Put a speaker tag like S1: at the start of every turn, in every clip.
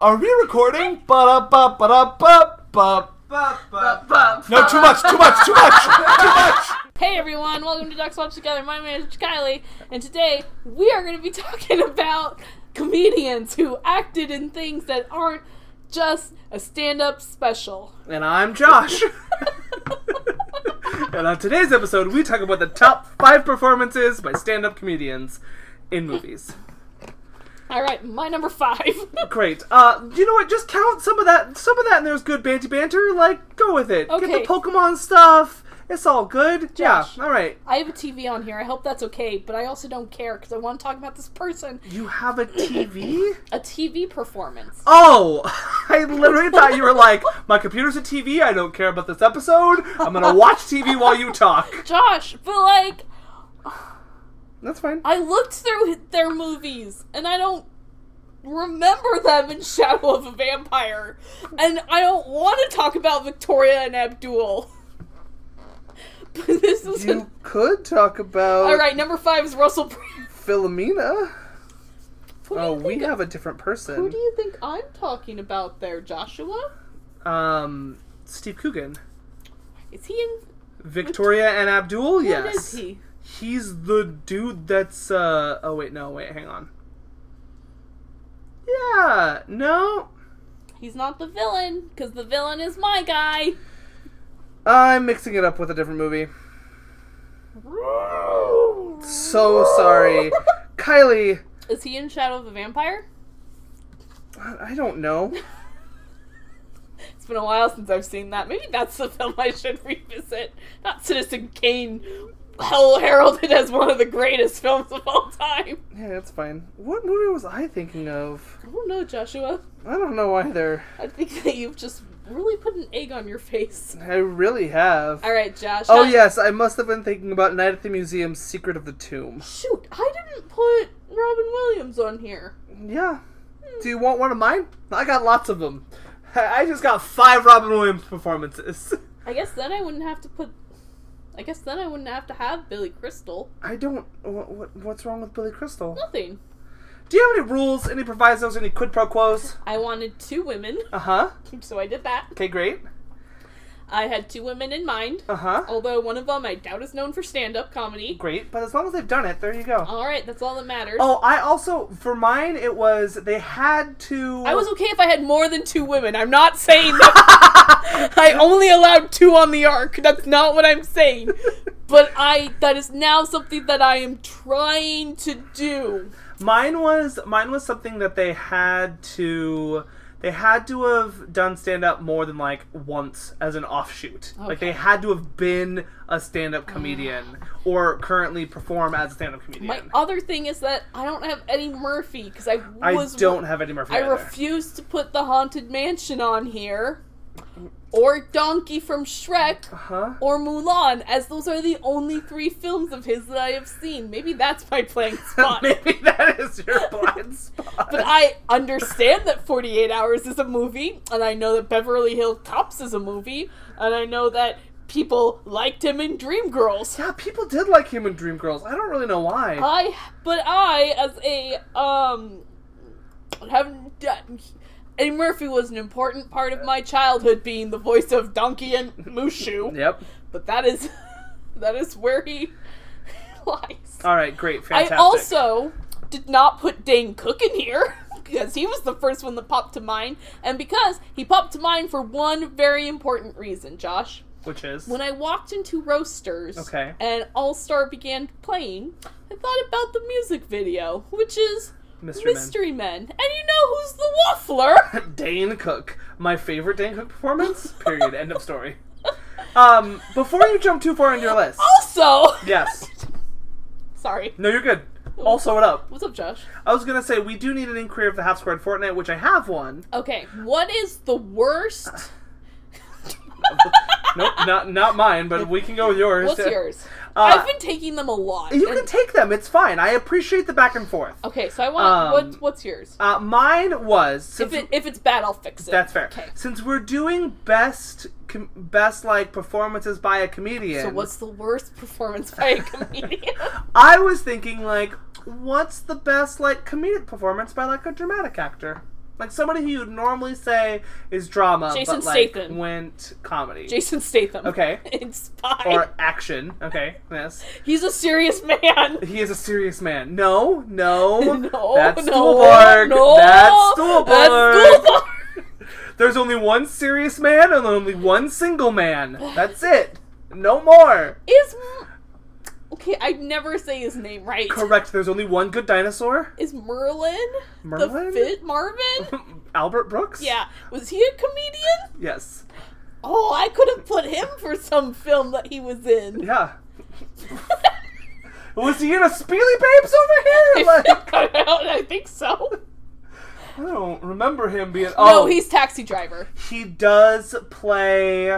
S1: Are we recording? Ba ba ba ba ba. No, too much, too much, too much, too much.
S2: Hey everyone, welcome to Duck Swap Together. My name is Kylie, and today we are going to be talking about comedians who acted in things that aren't just a stand up special.
S3: And I'm Josh. and on today's episode, we talk about the top five performances by stand up comedians in movies.
S2: Alright, my number five.
S3: Great. Uh, you know what? Just count some of that. Some of that, and there's good banty banter. Like, go with it.
S2: Okay.
S3: Get the Pokemon stuff. It's all good.
S2: Josh.
S3: Yeah. All right.
S2: I have a TV on here. I hope that's okay, but I also don't care because I want to talk about this person.
S3: You have a TV?
S2: A TV performance.
S3: oh, I literally thought you were like, my computer's a TV. I don't care about this episode. I'm gonna watch TV while you talk.
S2: Josh, but like,
S3: That's fine.
S2: I looked through their movies and I don't remember them in Shadow of a Vampire. And I don't want to talk about Victoria and Abdul. But this is.
S3: You could talk about
S2: Alright, number five is Russell Brand.
S3: Philomena.
S2: Who do
S3: Oh,
S2: you
S3: we
S2: think-
S3: have a different
S2: Who
S3: person.
S2: do you think I'm talking about there, Joshua?
S3: Um, Steve Coogan,
S2: Is he in.
S3: Victoria and Abdul.
S2: What
S3: yes,
S2: is he?
S3: he's the dude that's. uh Oh wait, no, wait, hang on. Yeah, no,
S2: He's not the villain, because the villain is my guy.
S3: I'm mixing it up with a different movie. So sorry, Kylie.
S2: Is he in Shadow of a Vampire?
S3: I don't know.
S2: It's been a while since I've seen that. Maybe that's the film I should revisit. Not Citizen Kane, hell heralded as one of the greatest films of all time.
S3: Yeah, that's fine. What movie was I thinking of?
S2: I don't know, Joshua.
S3: I don't know either.
S2: I think that you've just really put an egg on your face.
S3: I really have.
S2: All right, Josh.
S3: Oh
S2: I-
S3: yes, I must have been thinking about Night at the Museum's Secret of the Tomb.
S2: Shoot, I didn't put Robin Williams on here.
S3: Yeah. Do you want one of mine? I got lots of them. I I just got five Robin Williams performances.
S2: I guess then I wouldn't have to put. I guess then I wouldn't have to have Billy Crystal.
S3: I don't. What, what, what's wrong with Billy Crystal?
S2: Nothing.
S3: Do you have any rules, any provisos, any quid pro quos?
S2: I wanted two women,
S3: Uh huh.
S2: so I did that.
S3: Okay, great.
S2: I had two women in mind,
S3: Uh huh.
S2: although one of them I doubt is known for stand up comedy.
S3: Great. But as long as they've done it, there you go.
S2: All right, that's all that matters.
S3: Oh, I also for mine it was they had to.
S2: I was okay if I had more than two women. I'm not saying that. I only allowed two on the arc. That's not what I'm saying. But I that is now something that I am trying to do.
S3: Mine was mine was something that they had to they had to have done stand up more than like once as an offshoot. Like
S2: Okay.
S3: they
S2: Ah.
S3: had to have been a stand up comedian or currently perform as a stand up comedian.
S2: My other thing is that I don't have Eddie Murphy because I
S3: I
S2: was
S3: don't have Eddie Murphy.
S2: I
S3: either.
S2: refuse to put the haunted mansion on here. Or Donkey from Shrek
S3: Huh?
S2: or Mulan, as those are the only three films of his that I have seen. Maybe that's my playing spot.
S3: Maybe that is your blind spot.
S2: But I understand that 48 Hours is a movie, and I know that Beverly Hill Cops is a movie, and I know that people liked him in Dreamgirls.
S3: yeah, people did like him in Dreamgirls. I don't really know why.
S2: I, but I, as a, um, haven't done. Eddie Murphy was an important part of my childhood, being the voice of Donkey and Mushu.
S3: yep.
S2: But that is, that is where he lies.
S3: All right, great,
S2: I
S3: fantastic.
S2: also did not put Dane Cook in here because he was the first one that popped to mind, and because he popped to mind for one very important reason, Josh.
S3: which is
S2: When I walked into Roasters
S3: Okay.
S2: and All Star began playing, I thought about the music video, which is
S3: Mystery, Man.
S2: Mystery Men. And you know who's the waffler?
S3: Dane Cook, my favorite Dane Cook performance. Period. End of story. Um, before you jump too far into your list,
S2: Also,
S3: yes,
S2: sorry.
S3: no, you're good. Also, it up.
S2: What's up, Josh?
S3: I was gonna say we do need an inquiry of the half squared Fortnite, which I have one.
S2: Okay, what is the worst?
S3: Nope, not not mine, but we can go with yours.
S2: What's yours?
S3: Uh,
S2: I've been taking them a lot.
S3: You
S2: and-
S3: can take them. It's fine. I appreciate the back and forth.
S2: Okay, so I want
S3: Um,
S2: what, what's yours?
S3: Uh, mine was
S2: If
S3: since
S2: it if it's bad, I'll fix it.
S3: that's fair.
S2: Okay.
S3: Since we're doing best com- best like performances by a comedian.
S2: So what's the worst performance by a comedian?
S3: I was thinking like, what's the best like comedic performance by like a dramatic actor? Like somebody who you'd normally say is drama,
S2: Jason
S3: but like
S2: Statham.
S3: went comedy
S2: Jason Statham.
S3: Okay.
S2: In Spy.
S3: or action. Okay, yes,
S2: He's a serious man.
S3: he is a serious man. No, no,
S2: No,
S3: that's
S2: no,
S3: Stuhlbarg.
S2: no,
S3: that's Stuhlbarg.
S2: that's Stuhlbarg.
S3: There's only one serious man and only one single man. That's it. No more.
S2: Is M- okay. I never say his name right.
S3: Correct. There's only one good dinosaur.
S2: Is Merlin, the
S3: Merlin?
S2: fit Marvin?
S3: Albert Brooks.
S2: yeah. Was he a comedian?
S3: Yes.
S2: Oh, I could have put him for some film that he was in.
S3: Yeah. Was he in a Speely Babes over here? Like,
S2: I think so.
S3: I don't remember him being. Oh,
S2: No, he's taxi driver.
S3: he does play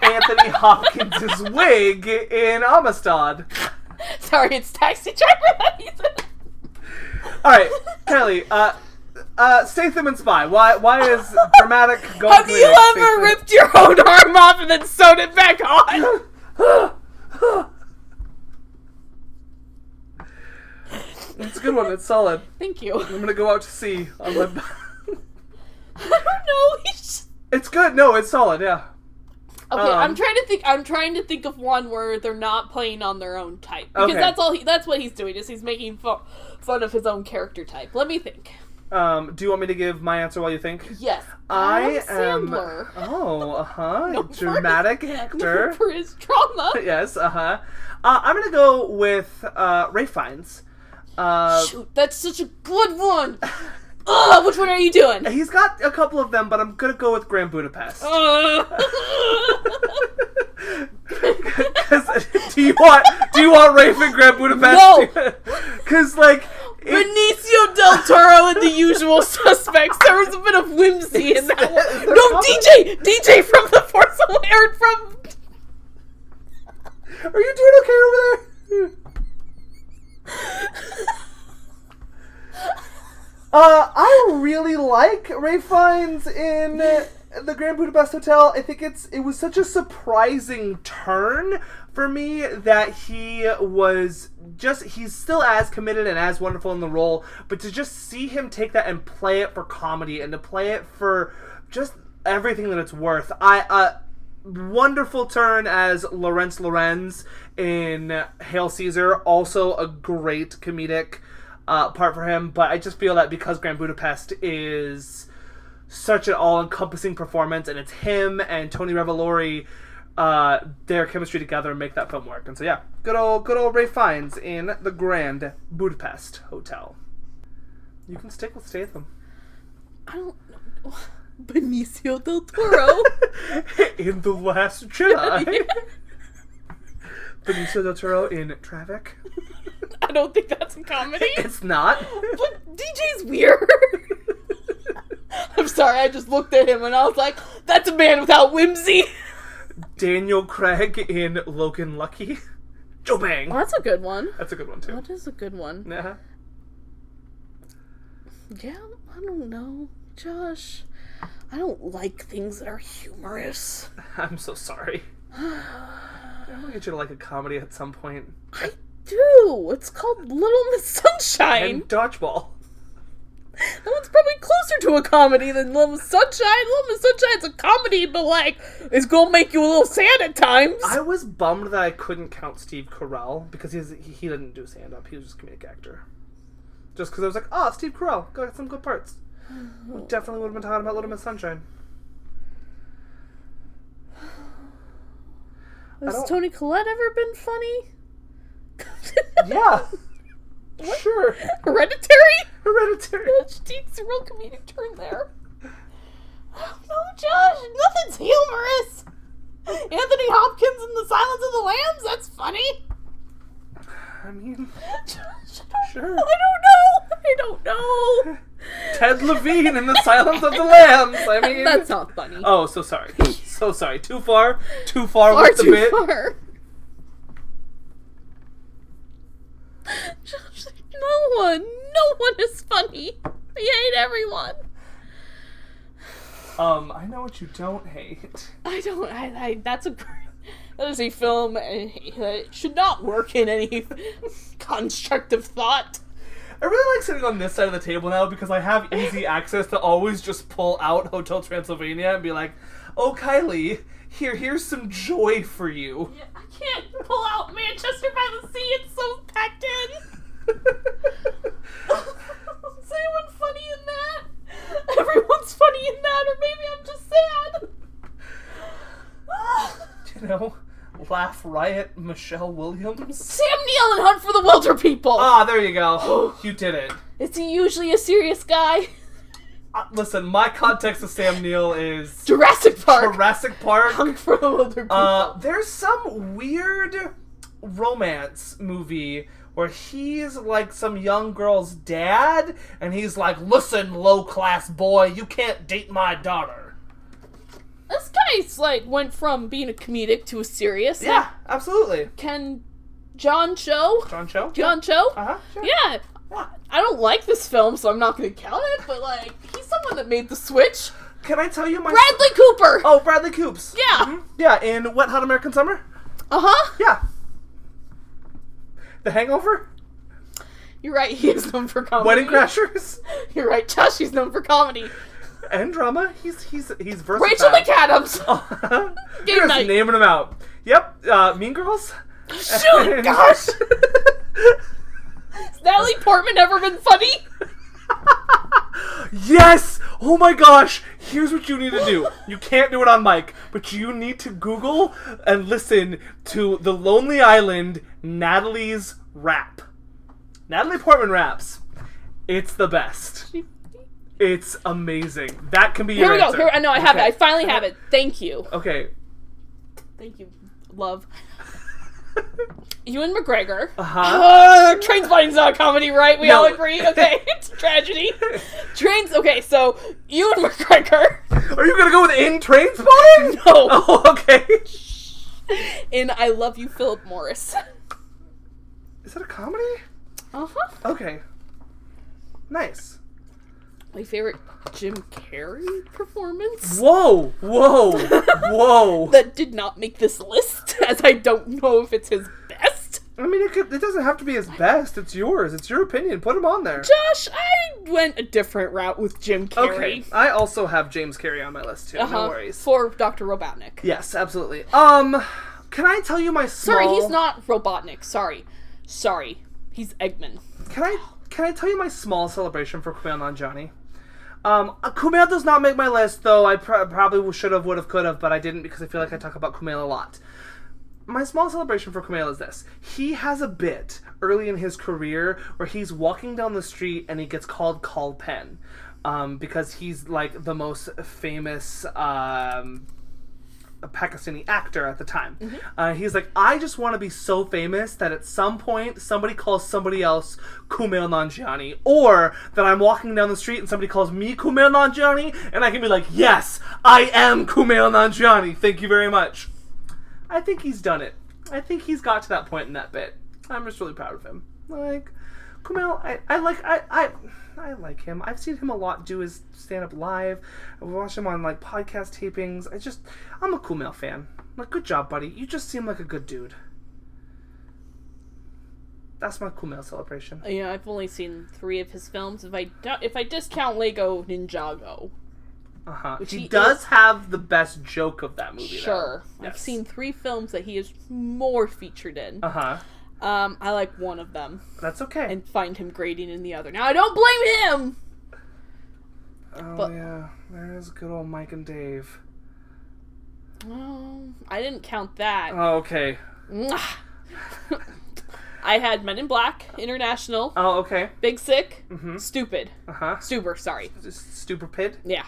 S3: Anthony Hopkins' wig in Amistad.
S2: Sorry, it's taxi driver that he's in.
S3: All right, Kelly. Uh, uh, Statham and Spy. Why? Why is dramatic going?
S2: Have you ever ripped your own arm off and then sewed it back on?
S3: It's a good one. It's solid.
S2: Thank you.
S3: I'm gonna go out to sea on my.
S2: I don't know. He's just...
S3: it's good. No, it's solid. Yeah.
S2: Okay,
S3: Um,
S2: I'm trying to think. I'm trying to think of one where they're not playing on their own type because
S3: Okay.
S2: that's all. He, that's what he's doing is he's making fun, fun of his own character type. Let me think.
S3: Um, do you want me to give my answer while you think?
S2: Yes,
S3: I
S2: Adam
S3: am.
S2: Sandler.
S3: Oh, uh huh.
S2: No, for-
S3: dramatic actor.
S2: for his trauma.
S3: yes. Uh-huh. Uh I'm gonna go with uh, Ray Fiennes. Uh,
S2: Shoot, that's such a good one. Ugh, which one are you doing?
S3: he's got a couple of them, but I'm gonna go with Grand Budapest.
S2: Oh. Ugh.
S3: 'Cause- do you want do you want Rafe and Grand Budapest? Because like it,
S2: Benicio del Toro and the usual suspects. There was a bit of whimsy in that one.
S3: Is there
S2: No,
S3: something-
S2: DJ! DJ from The Force Awakens from.
S3: are you doing okay over there? Uh, I really like Ray Fiennes in uh, the Grand Budapest Hotel. I think it's it was such a surprising turn for me that he was just he's still as committed and as wonderful in the role, but to just see him take that and play it for comedy and to play it for just everything that it's worth. I uh wonderful turn as Lorenz Lorenz in Hail Caesar, also a great comedic uh, part for him. But I just feel that because Grand Budapest is such an all-encompassing performance, and it's him and Tony Revolori, uh, their chemistry together make that film work. And so yeah, good old good old Ray Fiennes in the Grand Budapest Hotel. You can stick with Statham.
S2: I don't know. Benicio del Toro.
S3: in the Last Jedi. Benicio del Toro in Traffic.
S2: I don't think that's a comedy.
S3: It's not.
S2: But DJ's weird. I'm sorry, I just looked at him and I was like, that's a man without whimsy.
S3: Daniel Craig in Logan Lucky. Joe Bang.
S2: Oh, that's a good one.
S3: That's a good one too.
S2: That is a good one.
S3: Uh-huh.
S2: Yeah, I don't know. Josh, I don't like things that are humorous.
S3: I'm so sorry. I'm gonna get you to like a comedy at some point.
S2: I do. It's called Little Miss Sunshine.
S3: And dodgeball.
S2: That one's probably closer to a comedy than Little Miss Sunshine. Little Miss Sunshine's a comedy, but like, it's gonna make you a little sad at times.
S3: I was bummed that I couldn't count Steve Carell because he's, he didn't do stand up. He was just a comedic actor. Just because I was like, oh, Steve Carell got some good parts. We definitely would have been talking about Little Miss Sunshine.
S2: Has
S3: don't-
S2: Tony Collette ever been funny?
S3: Yeah. Sure.
S2: Hereditary?
S3: Hereditary.
S2: Josh takes a real comedic turn there. No, Josh, nothing's humorous. Anthony Hopkins in The Silence of the Lambs, that's funny.
S3: I mean,
S2: Josh, I don't-
S3: Sure.
S2: I don't know. I don't know.
S3: Ted Levine in The Silence of the Lambs. I mean,
S2: That's not funny.
S3: oh, so sorry. So sorry. Too far. Too far
S2: Far
S3: with the
S2: too
S3: bit.
S2: far. Josh, no one, no one is funny. I hate everyone.
S3: Um, I know what you don't hate.
S2: I don't. I. I that's a. gr- That is a eh, film uh, that should not work in any constructive thought.
S3: I really like sitting on this side of the table now because I have easy access to always just pull out Hotel Transylvania and be like, "Oh, Kylie, here, here's some joy for you."
S2: Yeah, I can't pull out Manchester by the Sea. It's so packed in. Is anyone funny in that? Everyone's funny in that, or maybe I'm just sad.
S3: you know, laugh riot, Michelle Williams.
S2: Sam Neill and Hunt for the Wilder People.
S3: Ah, there you go. you did it.
S2: Is he usually a serious guy?
S3: Uh, listen, my context of Sam Neill is
S2: Jurassic Park.
S3: Jurassic Park.
S2: Hunt for the Wilder People.
S3: Uh, there's some weird romance movie where he's like some young girl's dad, and he's like, "Listen, low class boy, you can't date my daughter."
S2: this guy's like went from being a comedic to a serious.
S3: Yeah, absolutely.
S2: Can John Cho?
S3: John Cho.
S2: John Cho?
S3: Uh huh. Sure.
S2: Yeah. I don't like this film, so I'm not gonna count it, but like, he's someone that made the switch.
S3: Can I tell you my?
S2: Bradley Cooper!
S3: Oh, Bradley Coops. Mm-hmm.
S2: Yeah.
S3: Yeah, in Wet Hot American Summer.
S2: Uh huh.
S3: Yeah. The Hangover.
S2: You're right, he is known for comedy.
S3: Wedding Crashers.
S2: You're right, Josh, he's known for comedy.
S3: and drama. He's he's he's versatile.
S2: Rachel McAdams!
S3: Oh. McAdams.
S2: Game
S3: You're just
S2: night.
S3: naming them out. Yep. Uh, mean Girls.
S2: Shoot! Gosh! Has Natalie Portman ever been funny?
S3: yes. Oh my gosh. Here's what you need to do. You can't do it on mic, but you need to Google and listen to the Lonely Island Natalie's rap. Natalie Portman raps. It's the best. It's amazing. That can be
S2: Here
S3: your
S2: we go.
S3: answer.
S2: Here, I know, I have
S3: Okay.
S2: it. I finally have it. Thank you.
S3: Okay.
S2: Thank you, love. Ewan McGregor.
S3: Uh-huh.
S2: Uh, Trainspotting's not a comedy, right? We
S3: No.
S2: all agree. Okay, it's a tragedy. Trains. Okay, so Ewan McGregor
S3: Are you gonna go with in train spotting?
S2: No.
S3: Oh, okay.
S2: in "I Love You, Philip Morris."
S3: Is that a comedy?
S2: Uh
S3: Uh-huh.
S2: huh.
S3: Okay. Nice.
S2: My favorite Jim Carrey performance
S3: Whoa! Whoa! Whoa!
S2: that did not make this list, as I don't know if it's his best.
S3: I mean, it, could, it doesn't have to be his best. It's yours. It's your opinion. Put him on there.
S2: Josh, I went a different route with Jim Carrey.
S3: Okay. I also have James Carey on my list too.
S2: Uh-huh,
S3: No worries.
S2: For Dr. Robotnik.
S3: Yes, absolutely. Um, can I tell you my small?
S2: Sorry, he's not Robotnik. Sorry. Sorry. He's Eggman.
S3: Can I can I tell you my small celebration for Kumail Nanjiani? Um, uh, Kumail does not make my list, though I pr- probably should have, would have, could have, but I didn't because I feel like I talk about Kumail a lot. My small celebration for Kumail is this: he has a bit early in his career where he's walking down the street and he gets called Call Pen, um, because he's like the most famous um, a Pakistani actor at the time. Uh, he's like, I just want to be so famous that at some point somebody calls somebody else Kumail Nanjiani, or that I'm walking down the street and somebody calls me Kumail Nanjiani, and I can be like, Yes, I am Kumail Nanjiani. Thank you very much. I think he's done it. I think he's got to that point in that bit. I'm just really proud of him. Like, Kumail, I, I like I, I I like him. I've seen him a lot do his stand up live. I've watched him on like podcast tapings. I just I'm a Kumail fan. Like, good job, buddy. You just seem like a good dude. That's my Kumail celebration.
S2: You know, I've only seen three of his films. If I don't, if I discount Lego Ninjago,
S3: Uh huh. He,
S2: he
S3: does have the best joke of that movie.
S2: sure, I've
S3: Yes.
S2: seen three films that he is more featured in.
S3: Uh huh.
S2: Um, I like one of them
S3: That's okay.
S2: and find him grading in the other. Now I don't blame him.
S3: oh
S2: but-
S3: yeah, there is good old Mike and Dave.
S2: Oh, I didn't count that.
S3: Oh, okay.
S2: Mwah. I had Men in Black, International,
S3: Oh, okay.
S2: Big Sick, Stupid,
S3: Uh huh.
S2: Stuber. Sorry,
S3: Stupid Pid.
S2: yeah,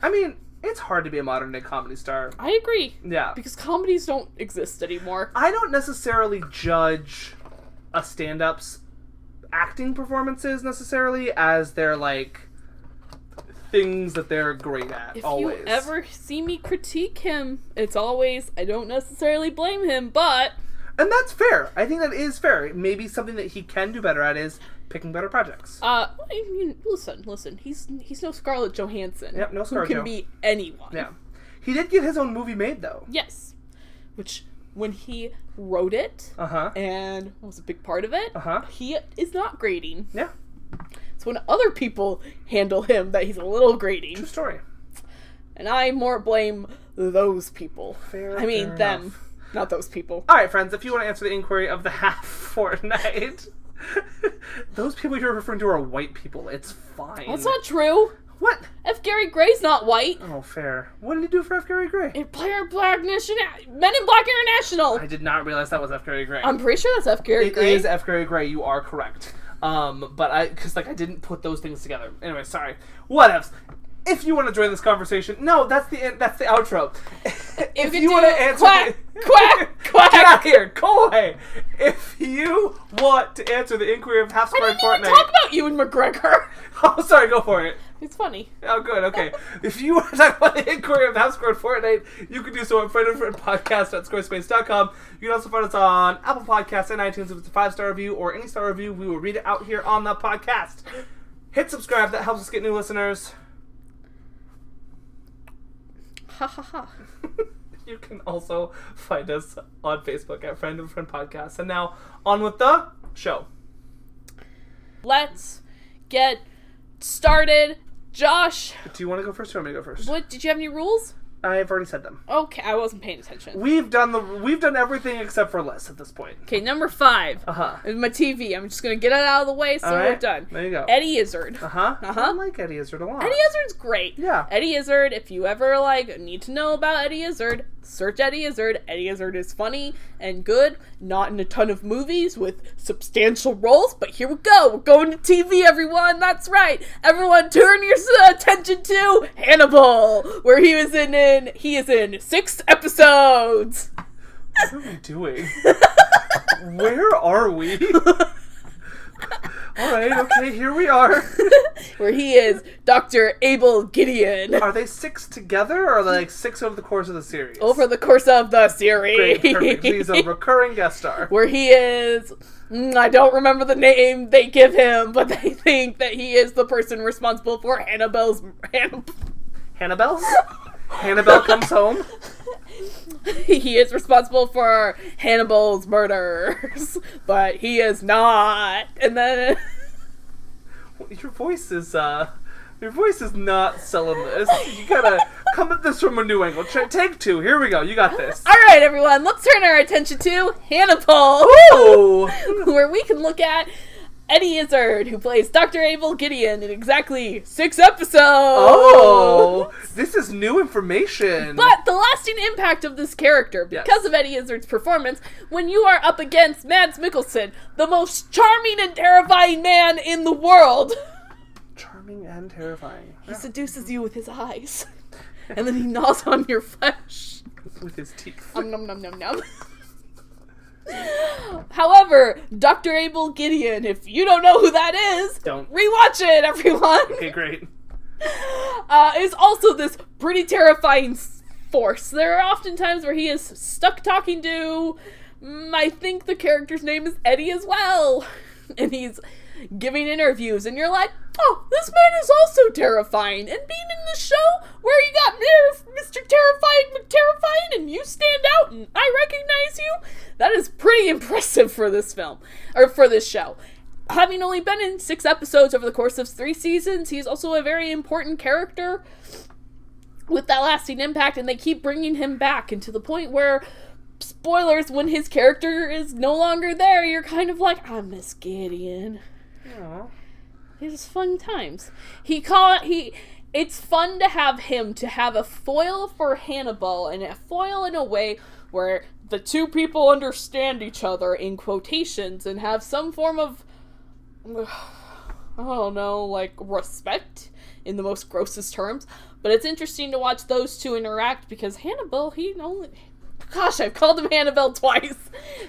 S3: I mean, it's hard to be a modern day comedy star.
S2: I agree
S3: Yeah.
S2: because comedies don't exist anymore.
S3: I don't necessarily judge a stand up's acting performances necessarily as their, like, things that they're great at
S2: If
S3: always.
S2: you ever see me critique him, it's always I don't necessarily blame him, but
S3: And that's fair. I think that is fair. Maybe something that he can do better at is picking better projects.
S2: uh, I mean, listen, listen. He's he's no Scarlett Johansson.
S3: Yep, no
S2: who
S3: Scarjo.
S2: can be anyone.
S3: yeah. He did get his own movie made, though.
S2: Yes, which when he wrote it
S3: Uh huh.
S2: and was a big part of it,
S3: Uh-huh.
S2: he is not grading.
S3: Yeah.
S2: It's when other people handle him that he's a little
S3: True
S2: grading.
S3: story.
S2: And I more blame those people.
S3: Fair,
S2: I mean,
S3: fair
S2: them,
S3: enough.
S2: not those people.
S3: All right, friends. If you want to answer the inquiry of the half fortnight, those people you're referring to are white people. It's fine.
S2: That's not true.
S3: What?
S2: F. Gary Gray's not white.
S3: Oh, fair. What did he do for F. Gary Gray?
S2: It player Black Nation, Men in Black International.
S3: I did not realize that was F. Gary Gray.
S2: I'm pretty sure that's F. Gary
S3: It
S2: Gray.
S3: is F. Gary Gray. You are correct. Um, but I, because like I didn't put those things together. Anyway, sorry. What else? If you want to join this conversation, no, that's the end, that's the outro. if
S2: could
S3: you want to
S2: do
S3: answer,
S2: quack,
S3: the-
S2: quack, quack.
S3: get out of here, go away. If you want to answer the inquiry of half
S2: I
S3: squared
S2: didn't even
S3: Fortnite,
S2: talk about you and McGregor.
S3: oh, sorry, go for it.
S2: It's funny.
S3: Oh, good. Okay. if you want to talk about the inquiry of Half Squared Fortnite, you can do so at friend and friend podcast at squarespace.com. You can also find us on Apple Podcasts and iTunes if it's a five star review or any star review. We will read it out here on the podcast. Hit subscribe. That helps us get new listeners.
S2: Ha ha ha.
S3: You can also find us on Facebook at Friend and Friend Podcast. And now on with the show.
S2: Let's get started. Josh,
S3: Do you want to go first or want me to go first?
S2: what did you have any rules?
S3: I've already said them.
S2: Okay, I wasn't paying attention.
S3: We've done the we've done everything except for lists at this point.
S2: Okay, number five.
S3: Uh-huh.
S2: is My TV. I'm just gonna get it out of the way, so
S3: All right.
S2: we're done.
S3: There you go.
S2: Eddie Izzard.
S3: Uh-huh.
S2: Uh-huh.
S3: I like Eddie Izzard a lot.
S2: Eddie Izzard's great.
S3: Yeah.
S2: Eddie Izzard. If you ever like need to know about Eddie Izzard, search Eddie Izzard. Eddie Izzard is funny and good. Not in a ton of movies with substantial roles, but here we go. We're going to TV, everyone. That's right. Everyone, turn your s- attention to Hannibal, where he was in. in he is in six episodes.
S3: What are we doing? Where are we? All right, okay, here we are.
S2: Where he is Dr. Abel Gideon.
S3: Are they six together, or are they like six over the course of the series?
S2: Over the course of the series.
S3: Great, perfect. He's a recurring guest star.
S2: where he is mm, I don't remember the name they give him, but they think that he is the person responsible for Annabelle's Hannibal.
S3: Hannibal. Hannibal comes home.
S2: he is responsible for Hannibal's murders, but he is not. And then
S3: Your voice is uh, your voice is not selling this. You gotta come at this from a new angle. Try, take two. Here we go. You got this.
S2: all right, everyone, let's turn our attention to Hannibal,
S3: Oh,
S2: where we can look at Eddie Izzard, who plays Dr. Abel Gideon in exactly six episodes.
S3: oh, this is new information.
S2: But the lasting impact of this character,
S3: Yes.
S2: because of Eddie Izzard's performance, when you are up against Mads Mikkelsen, the most charming and terrifying man in the world,
S3: charming and terrifying.
S2: he seduces you with his eyes, and then he gnaws on your flesh.
S3: With his teeth.
S2: Um, nom nom nom nom. However, Dr. Abel Gideon, if you don't know who that is,
S3: Don't.
S2: rewatch it, everyone.
S3: Okay, great.
S2: uh, is also this pretty terrifying s- force. There are often times where he is stuck talking to. mm, I think the character's name is Eddie as well, and he's giving interviews, and you're like, oh, this man is also terrifying. And being in the show where you got Mir- Mr. Terrifying McTerrifying, and you stand out, and I recognize you, that is pretty impressive for this film or for this show. Having only been in six episodes over the course of three seasons, he's also a very important character with that lasting impact, and they keep bringing him back. And to the point where, spoilers, when his character is no longer there, you're kind of like, I miss Gideon.
S3: Aw.
S2: It's fun times. He call he. It's fun to have him to have a foil for Hannibal and a foil in a way where the two people understand each other in quotations and have some form of I don't know, like respect in the most grossest terms. But it's interesting to watch those two interact because Hannibal, he only. Gosh, I've called him Hannibal twice.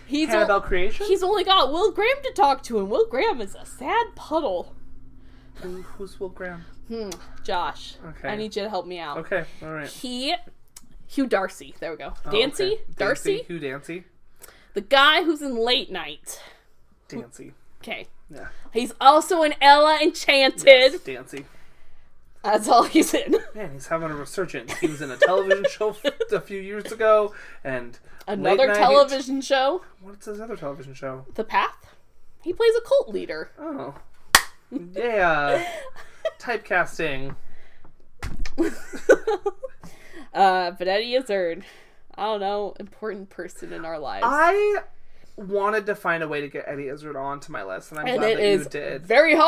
S2: He's o-
S3: Hannibal creation?
S2: He's only got Will Graham to talk to, and Will Graham is a sad puddle.
S3: Who, who's Will Graham?
S2: Hmm, Josh,
S3: Okay.
S2: I need you to help me out.
S3: Okay, all right.
S2: He, Hugh Darcy. There we go.
S3: Oh,
S2: Dancy,
S3: okay.
S2: Darcy,
S3: Who Dancy?
S2: the guy who's in Late Night.
S3: Dancy.
S2: Okay,
S3: Yeah.
S2: he's also in Ella Enchanted.
S3: Yes, Dancy.
S2: That's all he's in.
S3: Man, he's having a resurgence. He was in a television show f- a few years ago, and late
S2: Another
S3: night-
S2: television show,
S3: What's his other television show?
S2: The Path. He plays a cult leader.
S3: Oh, yeah, typecasting.
S2: Uh, but Eddie Izzard, I don't know, important person in our lives.
S3: I wanted to find a way to get Eddie Izzard onto my list, and I'm
S2: and
S3: glad
S2: it
S3: that
S2: is
S3: you did.
S2: very
S3: It's-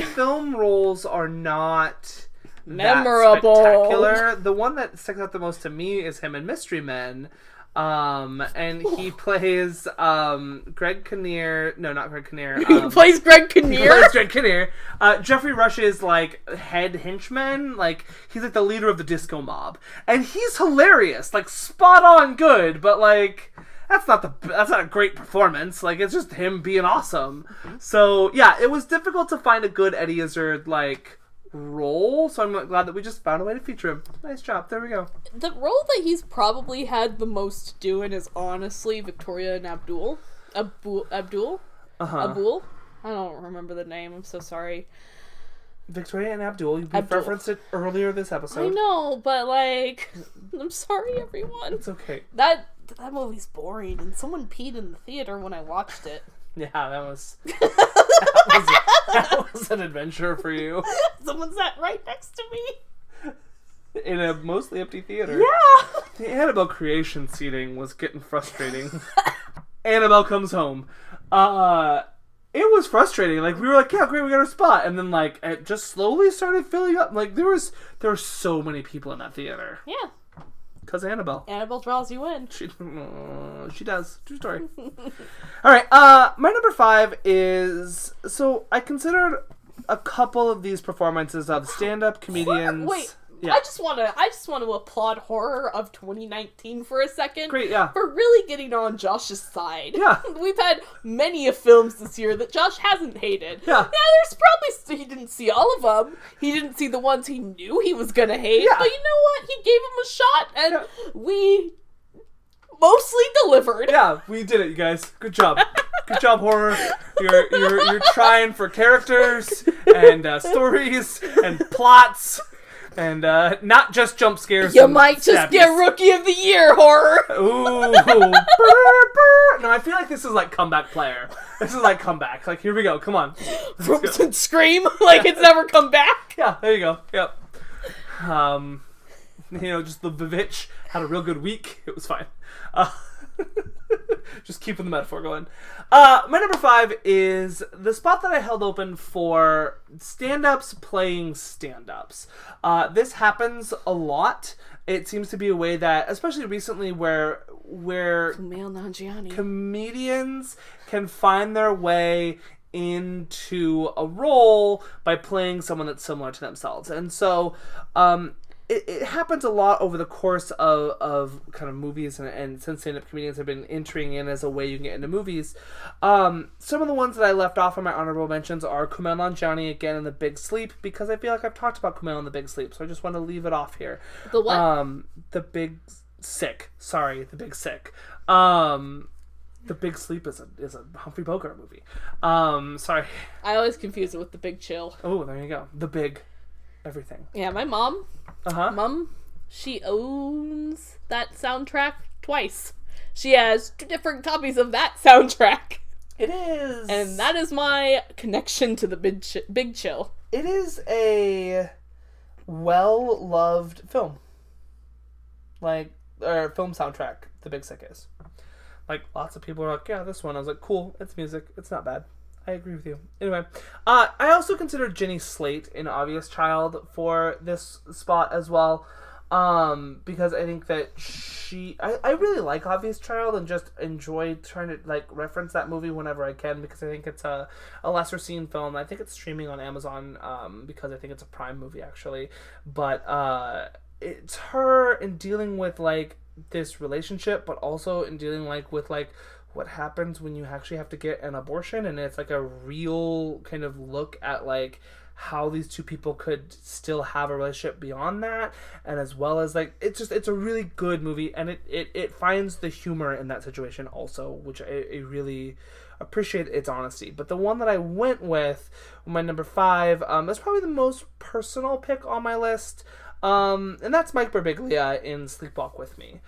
S3: His film roles are not that
S2: Memorable.
S3: spectacular. The one that sticks out the most to me is him in Mystery Men. Um, and he plays um, Greg Kinnear. No, not Greg Kinnear.
S2: He
S3: um,
S2: plays Greg
S3: he
S2: Kinnear.
S3: plays Greg Kinnear. Uh, Jeffrey Rush's like head henchman, like he's like the leader of the disco mob, and he's hilarious, like spot on good, but like that's not the that's not a great performance. Like it's just him being awesome.
S2: Mm-hmm.
S3: So yeah, it was difficult to find a good Eddie Izzard like role. So I'm glad that we just found a way to feature him. Nice job. There we go.
S2: the role that he's probably had the most to do in is honestly Victoria and Abdul. Abdul. Abdul.
S3: Uh huh.
S2: Abdul. I don't remember the name. I'm so sorry.
S3: Victoria and Abdul. You
S2: Abdul.
S3: referenced it earlier this episode.
S2: I know, but like, I'm sorry, everyone.
S3: It's okay.
S2: That that movie's boring, and someone peed in the theater when I watched it.
S3: Yeah, that was that was, that was an adventure for you
S2: someone sat right next to me.
S3: in a mostly empty theater.
S2: Yeah.
S3: The Annabelle creation seating was getting frustrating. Annabelle comes home. Uh, it was frustrating. Like we were like, yeah, great, we got our spot, and then like it just slowly started filling up. Like there was there were so many people in that theater
S2: Yeah.
S3: because Annabelle.
S2: Annabelle draws you in.
S3: She uh, she does. True story. All right. Uh, my number five is so I considered a couple of these performances of stand-up comedians.
S2: Wait,
S3: Yeah.
S2: I just want to. I just want to applaud horror of 2019 for a second.
S3: Great. Yeah.
S2: For really getting on Josh's side.
S3: Yeah.
S2: We've had many of films this year that Josh hasn't hated.
S3: Yeah.
S2: there's probably st- he didn't see all of them. He didn't see the ones he knew he was gonna hate.
S3: Yeah.
S2: But you know what? He gave him a shot, and
S3: Yeah.
S2: we mostly delivered.
S3: Yeah. We did it, you guys. Good job. Good job, horror. You're you're you're trying for characters and uh, stories and plots. And uh, not just jump scares.
S2: You
S3: and
S2: might just get
S3: stabbies.
S2: Rookie of the Year horror.
S3: Ooh. Brr, brr. No, I feel like this is like comeback player. This is like comeback. Like here we go. Come on.
S2: Rooms and scream like it's never come back.
S3: Yeah, there you go. Yep. Um, you know, just the Vivitch had a real good week. It was fine. Uh, just keeping the metaphor going. Uh, my number five is the spot that I held open for stand ups playing stand ups. Uh, this happens a lot. It seems to be a way that, especially recently, where where
S2: Male Nanjiani.
S3: comedians can find their way into a role by playing someone that's similar to themselves. And so um, it, it happens a lot over the course of, of kind of movies and, and since stand up comedians have been entering in as a way you can get into movies. Um, some of the ones that I left off on my honorable mentions are Kumail Nanjiani again in The Big Sleep because I feel like I've talked about Kumail in The Big Sleep, so I just want to leave it off here.
S2: The what?
S3: Um, the big sick. Sorry, the big sick. Um, the big sleep is a is a Humphrey Bogart movie. Um, sorry.
S2: I always confuse it with the big chill.
S3: Oh, there you go. The big, everything.
S2: Yeah, my mom,
S3: Uh huh.
S2: mom, she owns that soundtrack twice. She has two different copies of that soundtrack,
S3: It is.
S2: and that is my connection to the big chi- big chill.
S3: it is a well loved film. Like or film soundtrack. The big sick is. Like lots of people are like, yeah, this one. I was like, cool. It's music. It's not bad. I agree with you. Anyway, uh, I also considered Jenny Slate an obvious child for this spot as well, um, because I think that she, I, I really like Obvious Child and just enjoy trying to like reference that movie whenever I can because I think it's a, a lesser seen film. I think it's streaming on Amazon um, because I think it's a Prime movie actually, but uh, it's her in dealing with like this relationship, but also in dealing like with like what happens when you actually have to get an abortion and it's like a real kind of look at like how these two people could still have a relationship beyond that and as well as like it's just it's a really good movie and it it, it finds the humor in that situation also which I, I really appreciate its honesty. But the one that I went with, my number five, um, is probably the most personal pick on my list, um, and that's Mike Birbiglia in Sleepwalk with Me.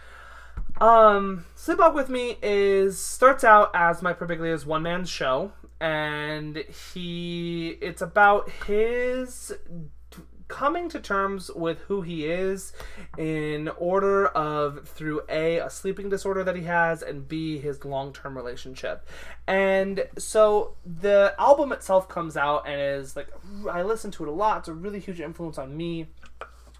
S3: Um, Sleepwalk with Me is starts out as Mike Birbiglia's one man show, and he it's about his d- coming to terms with who he is in order of through a a sleeping disorder that he has and b his long-term relationship and so the album itself comes out and is like i listen to it a lot it's a really huge influence on me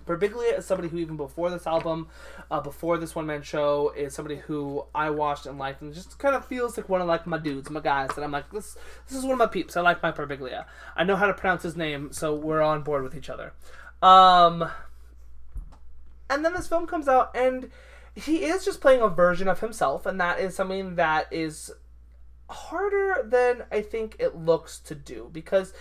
S3: Birbiglia is somebody who, even before this album, uh, before this one man show, is somebody who I watched and liked, and just kind of feels like one of like my dudes, my guys. That I'm like, this, this is one of my peeps. I like my Birbiglia. I know how to pronounce his name, so we're on board with each other. Um, and then this film comes out, and he is just playing a version of himself, and that is something that is harder than I think it looks to do because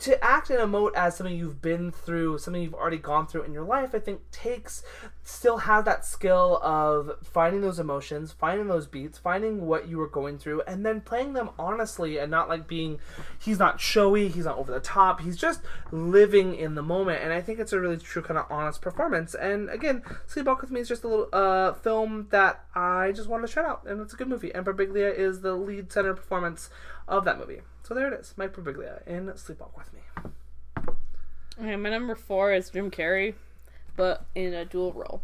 S3: to act and emote as something you've been through, something you've already gone through in your life, I think takes still has that skill of finding those emotions, finding those beats, finding what you were going through, and then playing them honestly and not like being he's not showy, he's not over the top, he's just living in the moment. And I think it's a really true kind of honest performance. And again, Sleepwalk with Me is just a little uh, film that I just wanted to shout out, and it's a good movie. And Birbiglia is the lead center performance of that movie. So there it is, Mike Birbiglia in Sleepwalk with Me.
S2: Okay, my number four is Jim Carrey, but in a dual role.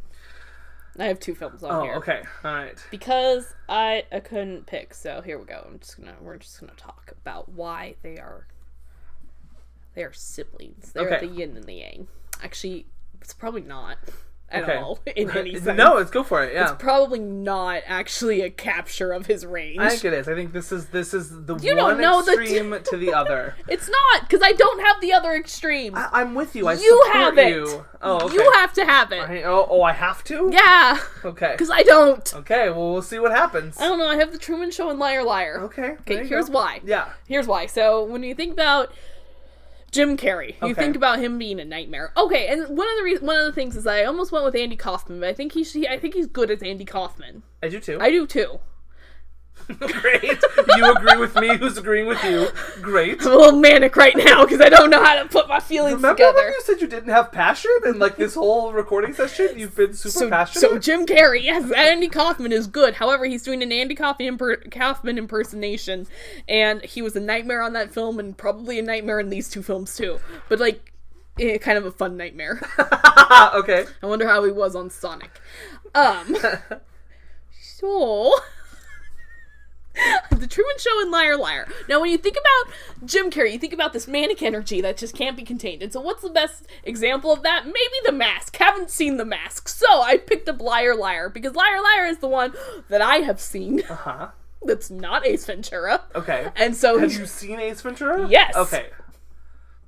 S2: I have two films on
S3: Oh,
S2: here
S3: okay, all right.
S2: because I, I couldn't pick. So here we go. I'm just gonna we're just gonna talk about why they are they are siblings. They're
S3: Okay.
S2: the yin and the yang. Actually, it's probably not at
S3: Okay.
S2: all in any sense.
S3: No, let's go for it. Yeah,
S2: probably not actually a capture of his range.
S3: I think it is. I think this is this is the
S2: You don't
S3: one
S2: know the
S3: extreme to the other.
S2: It's not because I don't have the other extreme.
S3: I, I'm with you. I
S2: you
S3: support
S2: have it.
S3: you. Ah, Oh, okay.
S2: You have to have it.
S3: I- oh, oh, I have to.
S2: Yeah,
S3: Okay.
S2: because I don't.
S3: Okay. Well, we'll see what happens.
S2: I don't know. I have the Truman Show and Liar Liar.
S3: Okay. there
S2: Oh. Okay,
S3: you
S2: here's
S3: go.
S2: why.
S3: Yeah.
S2: Here's why. So when you think about Jim Carrey, you
S3: Okay.
S2: think about him being a nightmare. Okay, and one of the re- one of the things is I almost went with Andy Kaufman, but I think he, he I think he's good as Andy Kaufman.
S3: I do too.
S2: I do too.
S3: Great. You agree with me? Who's agreeing with you? Great.
S2: I'm a little manic right now because I don't know how to put my feelings
S3: Remember
S2: together.
S3: when you said you didn't have passion, and like this whole recording session, you've been super
S2: so,
S3: passionate.
S2: so Jim Carrey, yes, Andy Kaufman is good. However, he's doing an Andy Kaufman, imper- Kaufman impersonation, and he was a nightmare on that film, and probably a nightmare in these two films too. But like, eh, kind of a fun nightmare.
S3: Ah, okay.
S2: I wonder how he was on Sonic. Um, so the Truman Show and Liar Liar. Now, when you think about Jim Carrey, you think about this manic energy that just can't be contained. And so, what's the best example of that? Maybe The Mask. Haven't seen The Mask, so I picked up Liar Liar because Liar Liar is the one that I have seen.
S3: Uh huh.
S2: That's not Ace Ventura.
S3: Okay.
S2: And so,
S3: Have
S2: he-
S3: you seen Ace Ventura?
S2: Yes.
S3: Okay.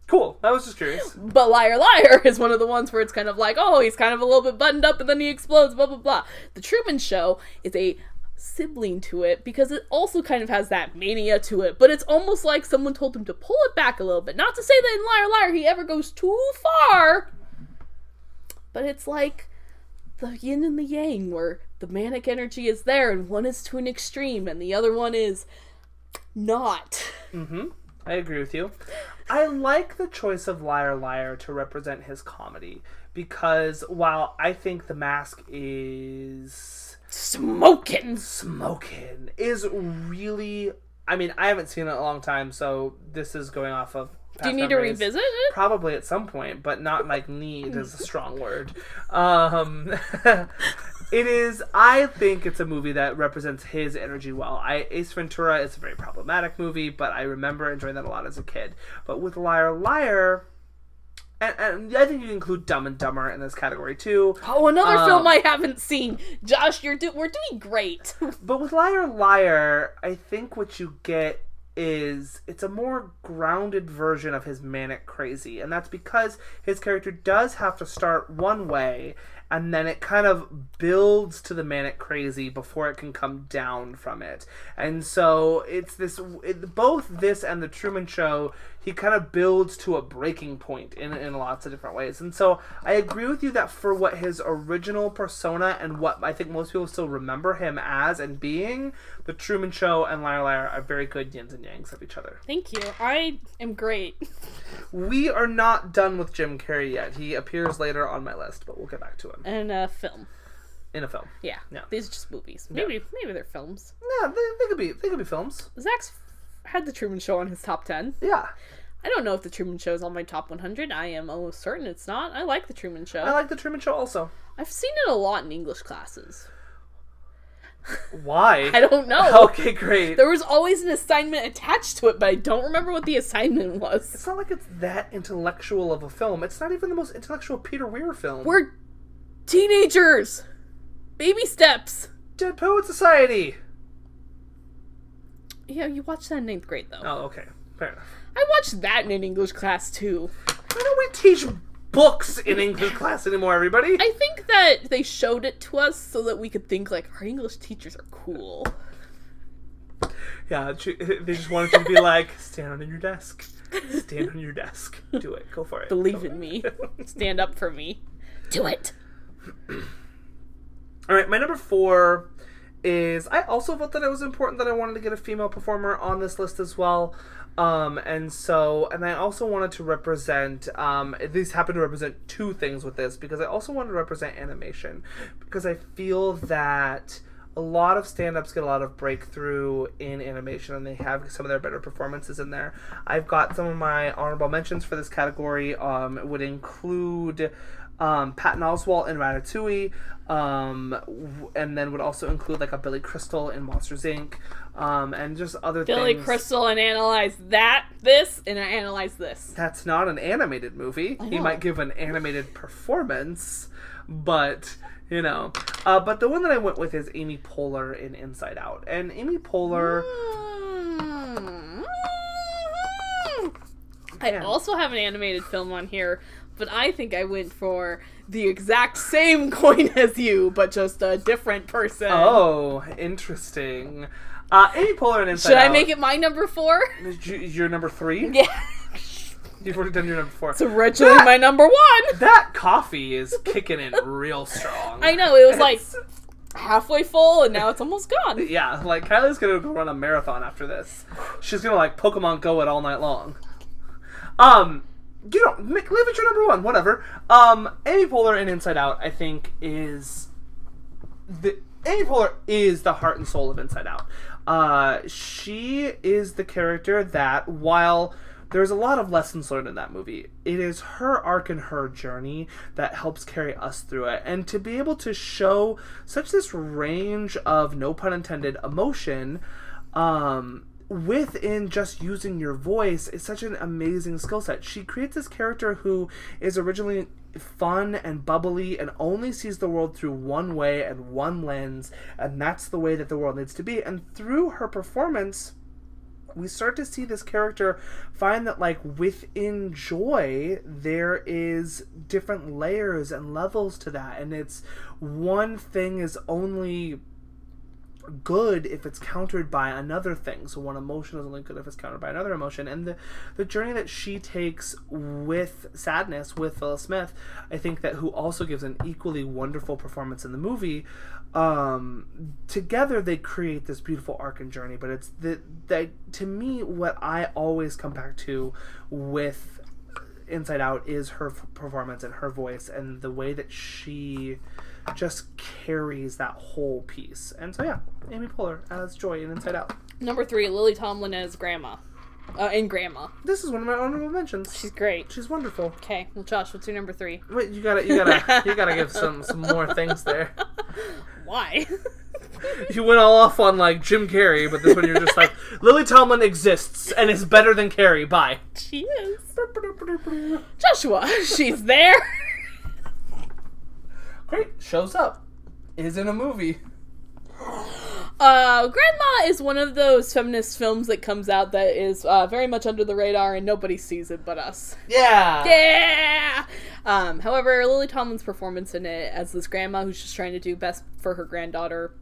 S3: Cool. I was just curious.
S2: But Liar Liar is one of the ones where it's kind of like, oh, he's kind of a little bit buttoned up and then he explodes, blah, blah, blah. The Truman Show is a sibling to it because it also kind of has that mania to it, but it's almost like someone told him to pull it back a little bit. Not to say that in Liar Liar he ever goes too far, but it's like the yin and the yang where the manic energy is there and one is to an extreme and the other one is not.
S3: I agree with you. I like the choice of Liar Liar to represent his comedy because while I think The Mask is
S2: Smoking.
S3: smoking, is really. I mean, I haven't seen it in a long time, so this is going off of.
S2: Do you need to revisit it?
S3: Probably at some point, but not like need is a strong word. Um, it is. I think it's a movie that represents his energy well. I Ace Ventura is a very problematic movie, but I remember enjoying that a lot as a kid. But with Liar Liar. And, and I think you can include Dumb and Dumber in this category too.
S2: Oh, another
S3: Um,
S2: film I haven't seen. Josh, you're do- we're doing great.
S3: But with Liar Liar, I think what you get is it's a more grounded version of his manic crazy. And that's because his character does have to start one way and then it kind of builds to the manic crazy before it can come down from it. And so it's this it, both this and the Truman Show. He kind of builds to a breaking point in in lots of different ways. And so I agree with you that for what his original persona and what I think most people still remember him as and being, the Truman Show and Liar Liar are very good yins and yangs of each other.
S2: Thank you. I am great.
S3: We are not done with Jim Carrey yet. He appears later on my list, but we'll get back to him
S2: And uh, film.
S3: in a film.
S2: Yeah.
S3: Yeah.
S2: These are just movies. Maybe maybe they're films.
S3: Yeah, they, they could be they could be films.
S2: Zach's had the Truman Show on his top ten.
S3: Yeah,
S2: I don't know if the Truman Show is on my top 100. I am almost certain it's not. I like the Truman Show.
S3: I like the Truman Show also.
S2: I've seen it a lot in English classes.
S3: Why?
S2: I don't know.
S3: Okay, great.
S2: There was always an assignment attached to it, but I don't remember what the assignment was.
S3: It's not like it's that intellectual of a film. It's not even the most intellectual Peter Weir film.
S2: We're teenagers. Baby steps.
S3: Dead Poet Society.
S2: Yeah, you watched that in ninth grade though.
S3: Oh, okay, fair enough.
S2: I watched that in an English class too.
S3: Why don't we teach books in English class anymore, everybody?
S2: I think that they showed it to us so that we could think like our English teachers are cool.
S3: Yeah, she- they just wanted you to be like, stand on your desk, stand on your desk, do it, go for it.
S2: Believe in me. Stand up for me. Do it.
S3: All right, my number four is I also felt that it was important that I wanted to get a female performer on this list as well. Um, and so, and I also wanted to represent, um, these happen to represent two things with this because I also wanted to represent animation because I feel that a lot of stand-ups get a lot of breakthrough in animation and they have some of their better performances in there i've got some of my honorable mentions for this category um, it would include um, patton oswalt in ratatouille um, w- and then would also include like a billy crystal in monsters inc um, and just other
S2: Billy
S3: things
S2: Crystal and analyze that, this, and I analyze this.
S3: that's not an animated movie. He
S2: know.
S3: might give an animated performance, but you know. Uh, but the one that I went with is Amy Poehler in Inside Out, and Amy Poehler.
S2: Mm-hmm. I
S3: Yeah.
S2: also have an animated film on here, but I think I went for the exact same coin as you, but just a different person.
S3: Oh, interesting. Uh, Amy Poehler in Inside
S2: Should
S3: Out.
S2: I make it my number four?
S3: it? Your number three?
S2: Yeah.
S3: You've already done your number four.
S2: It's originally my number one.
S3: that coffee is kicking in real strong.
S2: I know, it was like halfway full and now it's almost gone.
S3: Yeah, like Kylie's gonna go run a marathon after this. She's gonna like Pokemon Go it all night long. Um, you know, make, leave it your number one, whatever. Um, Amy Poehler in Inside Out, I think, is the Amy Poehler is the heart and soul of Inside Out. Uh, she is the character that, while there's a lot of lessons learned in that movie, it is her arc and her journey that helps carry us through it. And to be able to show such this range of, no pun intended, emotion, um, within just using your voice is such an amazing skill set. She creates this character who is originally fun and bubbly and only sees the world through one way and one lens, and that's the way that the world needs to be. And through her performance, we start to see this character find that like within joy there is different layers and levels to that and it's one thing is only good if it's countered by another thing. So one emotion is only good if it's countered by another emotion. And the the journey that she takes with sadness with Phyllis Smith, I think that who also gives an equally wonderful performance in the movie. Um, together they create this beautiful arc and journey. But it's the that to me what I always come back to with Inside Out is her f- performance and her voice and the way that she just carries that whole piece. And so yeah, Amy Poehler as Joy in Inside Out.
S2: Number three, Lily Tomlin as grandma. Uh, and grandma.
S3: This is one of my honorable mentions.
S2: She's great.
S3: She's wonderful.
S2: Okay, well, Josh, what's your number three?
S3: Wait, you gotta, you gotta, you gotta give some some more things there.
S2: Why?
S3: You went all off on like Jim Carrey, but this one you're just like Lily Tomlin exists and is better than Carrey. Bye.
S2: she is. Joshua, she's there.
S3: Great, shows up, is in a movie.
S2: Uh, Grandma is one of those feminist films that comes out that is uh, very much under the radar and nobody sees it but us.
S3: Yeah.
S2: Yeah! Um, however, Lily Tomlin's performance in it as this grandma who's just trying to do best for her granddaughter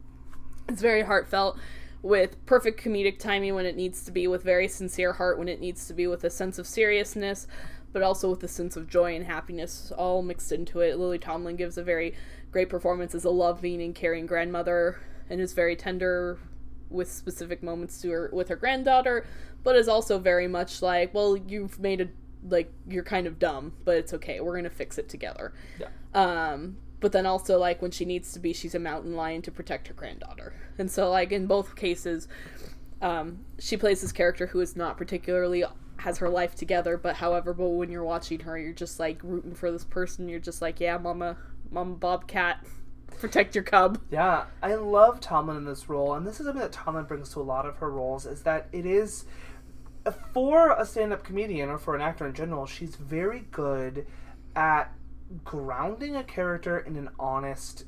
S2: is very heartfelt, with perfect comedic timing when it needs to be, with very sincere heart when it needs to be, with a sense of seriousness, but also with a sense of joy and happiness all mixed into it. Lily Tomlin gives a very great performance as a loving and caring grandmother and is very tender with specific moments to her with her granddaughter, but is also very much like, well, you've made a like you're kind of dumb, but it's okay. We're gonna fix it together.
S1: Yeah.
S2: Um, but then also like when she needs to be, she's a mountain lion to protect her granddaughter, and so like in both cases, um, she plays this character who is not particularly has her life together, but however, but when you're watching her, you're just like rooting for this person. You're just like, yeah, mama, mama bobcat, protect your cub.
S3: Yeah, I love Tomlin in this role, and this is something that Tomlin brings to a lot of her roles is that it is for a stand-up comedian or for an actor in general, she's very good at grounding a character in an honest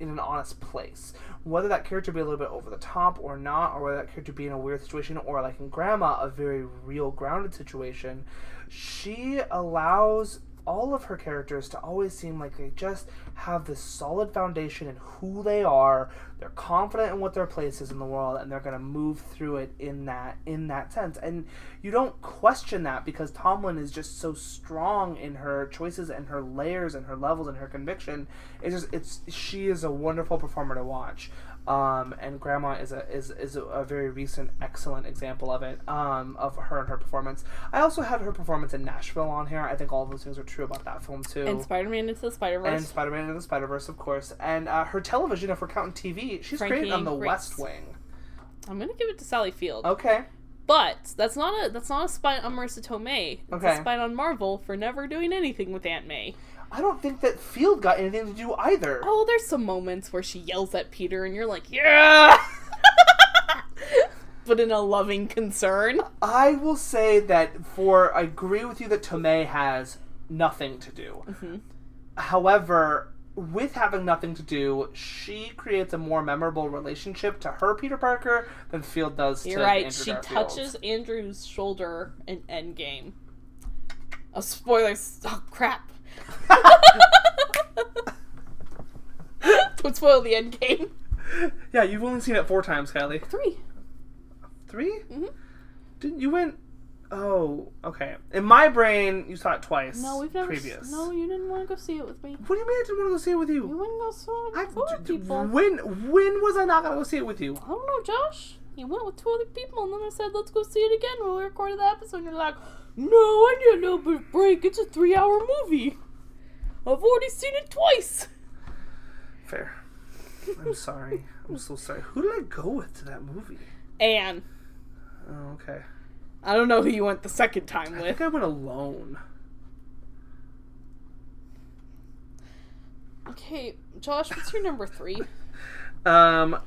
S3: in an honest place. Whether that character be a little bit over the top or not, or whether that character be in a weird situation or like in Grandma, a very real grounded situation, she allows all of her characters to always seem like they just have this solid foundation in who they are. They're confident in what their place is in the world, and they're going to move through it in that in that sense. And you don't question that because Tomlin is just so strong in her choices and her layers and her levels and her conviction. It's just it's she is a wonderful performer to watch. Um, and Grandma is a is, is a, a very recent excellent example of it um, of her and her performance. I also had her performance in Nashville on here. I think all those things are true about that film too.
S2: And Spider Man into the Spider
S3: And
S2: Verse.
S3: Spider-Man and the Spider-Verse, of course, and uh, her television. If we're counting TV, she's
S2: Frankie
S3: great on The
S2: Grace.
S3: West Wing.
S2: I'm gonna give it to Sally Field.
S3: Okay,
S2: But that's not a that's not a spite on Marissa Tomei. It's
S3: Okay.
S2: a spite on Marvel for never doing anything with Aunt May.
S3: I don't think that Field got anything to do either.
S2: Oh, there's some moments where she yells at Peter and you're like, "Yeah!" but in a loving concern.
S3: I will say that for I agree with you that Tomei has nothing to do.
S2: Mm-hmm.
S3: However, with having nothing to do, she creates a more memorable relationship to her Peter Parker than Field does
S2: You're
S3: to
S2: right.
S3: Andrew
S2: she
S3: Garfield.
S2: touches Andrew's shoulder in Endgame. Oh, spoilers! Oh crap! Don't spoil the Endgame.
S3: Yeah, you've only seen it four times, Kylie.
S2: Three.
S3: 3
S2: Mhm.
S3: Didn't you went? Oh, okay. In my brain, you saw it twice.
S2: No, we've never. s-
S3: previous.
S2: No, you didn't want to go see it with me.
S3: What do you mean I didn't want to go see it with
S2: You
S3: you?
S2: wouldn't go saw
S3: I,
S2: it with other people.
S3: when when was I not gonna go see it with you?
S2: I don't know, Josh. You went with two other people, and then I said, "Let's go see it again." When we recorded the episode, and you're like, "No, I need a little bit of break. It's a three-hour movie. I've already seen it twice."
S3: Fair. I'm sorry. I'm so sorry. Who did I go with to that movie?
S2: Anne,
S3: Oh, okay.
S2: I don't know who you went the second time
S3: I think
S2: with.
S3: I went alone.
S2: Okay, Josh, what's your number three?
S3: Um,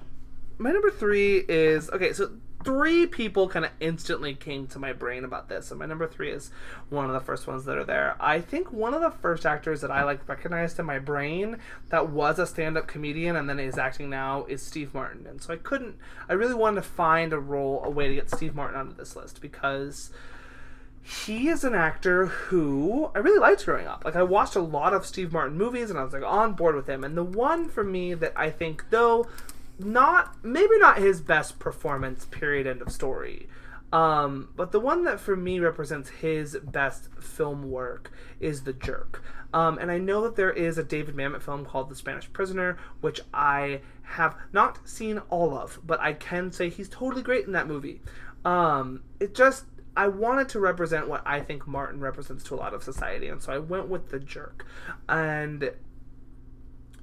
S3: my number three is okay. So three people kind of instantly came to my brain about this, and my number three is one of the first ones that are there. I think one of the first actors that I like recognized in my brain that was a stand-up comedian and then is acting now is Steve Martin, and so I couldn't. I really wanted to find a role, a way to get Steve Martin onto this list because. he is an actor who I really liked growing up. Like I watched a lot of Steve Martin movies and I was like on board with him. And the one for me that I think though not maybe not his best performance period end of story. Um, but the one that for me represents his best film work is The Jerk. Um, and I know that there is a David Mamet film called The Spanish Prisoner, which I have not seen all of, but I can say he's totally great in that movie. Um, it just I wanted to represent what I think Martin represents to a lot of society, and so I went with the jerk. And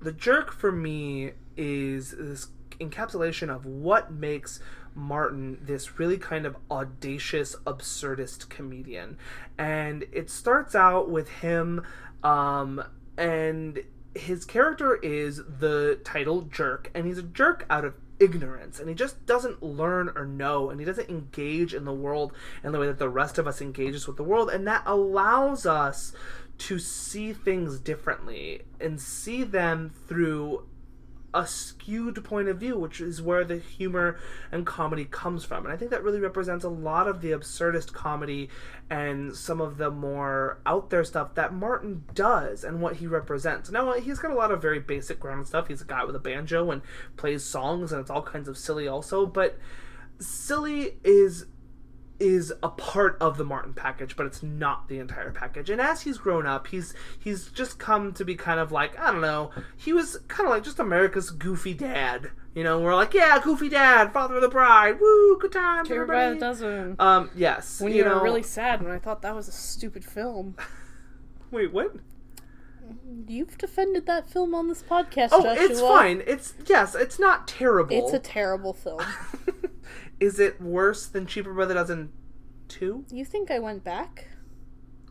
S3: the jerk for me is this encapsulation of what makes Martin this really kind of audacious, absurdist comedian. And it starts out with him, um, and his character is the title jerk, and he's a jerk out of ignorance and he just doesn't learn or know and he doesn't engage in the world in the way that the rest of us engages with the world and that allows us to see things differently and see them through a skewed point of view, which is where the humor and comedy comes from. And I think that really represents a lot of the absurdist comedy and some of the more out there stuff that Martin does and what he represents. Now, he's got a lot of very basic ground stuff. He's a guy with a banjo and plays songs, and it's all kinds of silly, also. But silly is is a part of the Martin package, but it's not the entire package. And as he's grown up, he's he's just come to be kind of like I don't know. He was kind of like just America's goofy dad, you know. We're like, yeah, goofy dad, father of the bride, woo, good times,
S2: Everybody
S3: everybody.
S2: doesn't.
S3: Um, yes,
S2: when
S3: you
S2: you
S3: know.
S2: were really sad, when I thought that was a stupid film.
S3: Wait, what?
S2: You've defended that film on this podcast,
S3: Oh,
S2: Joshua.
S3: it's fine. It's yes, it's not terrible.
S2: It's a terrible film.
S3: Is it worse than Cheaper by the Dozen two?
S2: You think I went back?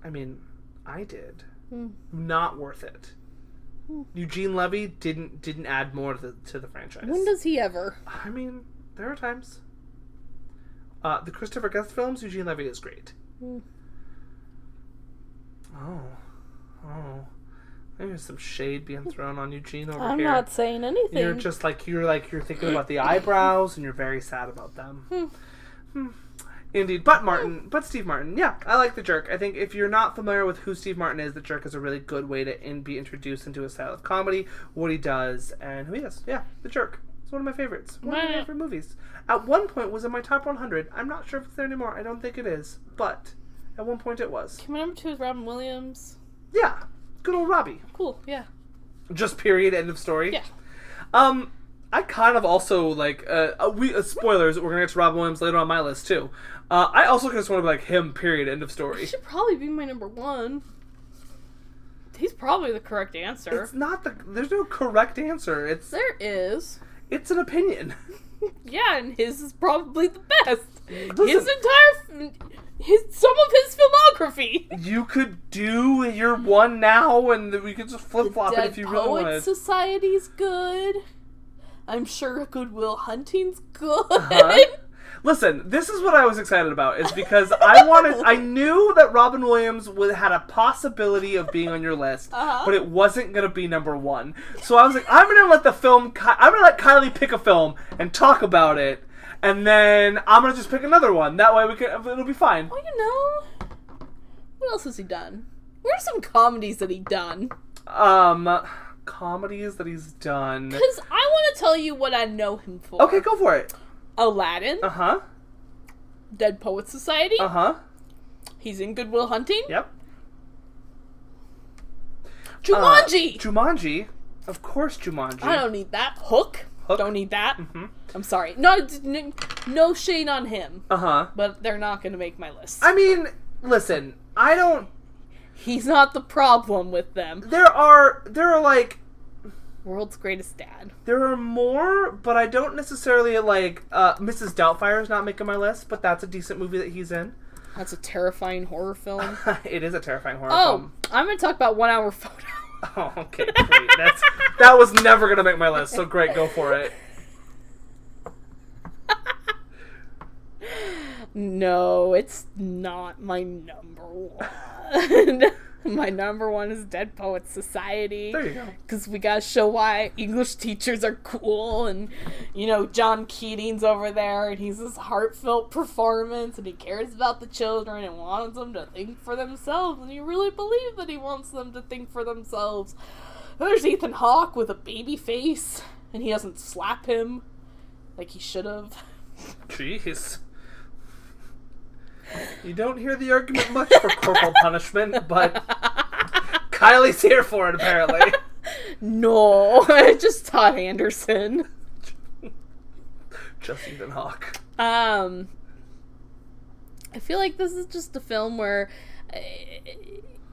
S3: I mean, I did.
S2: Hmm.
S3: Not worth it.
S2: Hmm.
S3: Eugene Levy didn't didn't add more to the, to the franchise.
S2: When does he ever?
S3: I mean, there are times. Uh, the Christopher Guest films, Eugene Levy is great.
S2: Hmm.
S3: Oh, oh, there's some shade being thrown on Eugene over
S2: I'm
S3: here.
S2: not saying anything.
S3: You're just like you're like you're thinking about the eyebrows, and you're very sad about them.
S2: Hmm.
S3: Hmm. Indeed, but Martin, but Steve Martin, yeah, I like the jerk. I think if you're not familiar with who Steve Martin is, the jerk is a really good way to in, be introduced into his style of comedy, what he does, and who he is. Yeah, the jerk. It's one of my favorites. One of my
S2: Meh.
S3: favorite movies. At one point, was in my top 100. I'm not sure if it's there anymore. I don't think it is, but at one point it was.
S2: My number two is Robin Williams.
S3: Yeah, good old Robbie.
S2: Cool. Yeah.
S3: Just period. End of story.
S2: Yeah.
S3: Um, I kind of also like uh, uh, we uh, spoilers. We're gonna get to Rob Williams later on my list too. Uh, I also just want to be like him. Period. End of
S2: He
S3: story.
S2: should probably be my number one. He's probably the correct answer.
S3: It's not the. There's no correct answer. It's
S2: There is.
S3: it's an opinion.
S2: Yeah, and his is probably the best. His
S3: Listen.
S2: entire, his some of his filmography.
S3: You could do your one now, and then we could just flip flop it if you really
S2: Poets
S3: wanted.
S2: Society's good. I'm sure Goodwill Hunting's good.
S3: Uh-huh. Listen, this is what I was excited about. Is because I wanted. I knew that Robin Williams would had a possibility of being on your list,
S2: Uh-huh.
S3: but it wasn't gonna be number one. So I was like, I'm gonna let the film. Ki- I'm gonna let Kylie pick a film and talk about it, and then I'm gonna just pick another one. That way we can. It'll be fine.
S2: Well, you know, what else has he done? What are some comedies that he done?
S3: Um, comedies that he's done.
S2: Because I want to tell you what I know him for.
S3: Okay, go for it.
S2: Aladdin,
S3: Uh huh.
S2: Dead Poets Society.
S3: Uh huh.
S2: He's in Goodwill Hunting.
S3: Yep. Uh,
S2: Jumanji.
S3: Jumanji. Of course, Jumanji.
S2: I don't need that.
S3: Hook.
S2: Hook.
S3: Mm-hmm.
S2: Don't need that. I'm sorry. No, it's- n- no shade on him,
S3: Uh huh.
S2: but they're not going to make my list.
S3: I mean, listen, I don't.
S2: He's not the problem with them.
S3: There are there are like
S2: World's greatest dad.
S3: there are more, but I don't necessarily like. Uh, Mrs. Doubtfire is not making my list, but that's a decent movie that he's in.
S2: That's a terrifying horror film.
S3: it is a terrifying horror
S2: oh,
S3: film.
S2: I'm going to talk about One Hour Photo.
S3: Oh, okay, great. That's that was never gonna make my list. So great, go for it.
S2: No, it's not my number one. my number one is Dead Poets Society.
S3: There you go.
S2: Because we gotta show why English teachers are cool, and you know John Keating's over there, and he's this heartfelt performance, and he cares about the children and wants them to think for themselves, and you really believe that he wants them to think for themselves. There's Ethan Hawke with a baby face, and he doesn't slap him like he should have.
S3: Jeez. You don't hear the argument much for corporal punishment, but Kylie's here for it apparently.
S2: No, just Todd Anderson.
S3: Just Ethan Hawke.
S2: Um, I feel like this is just a film where uh,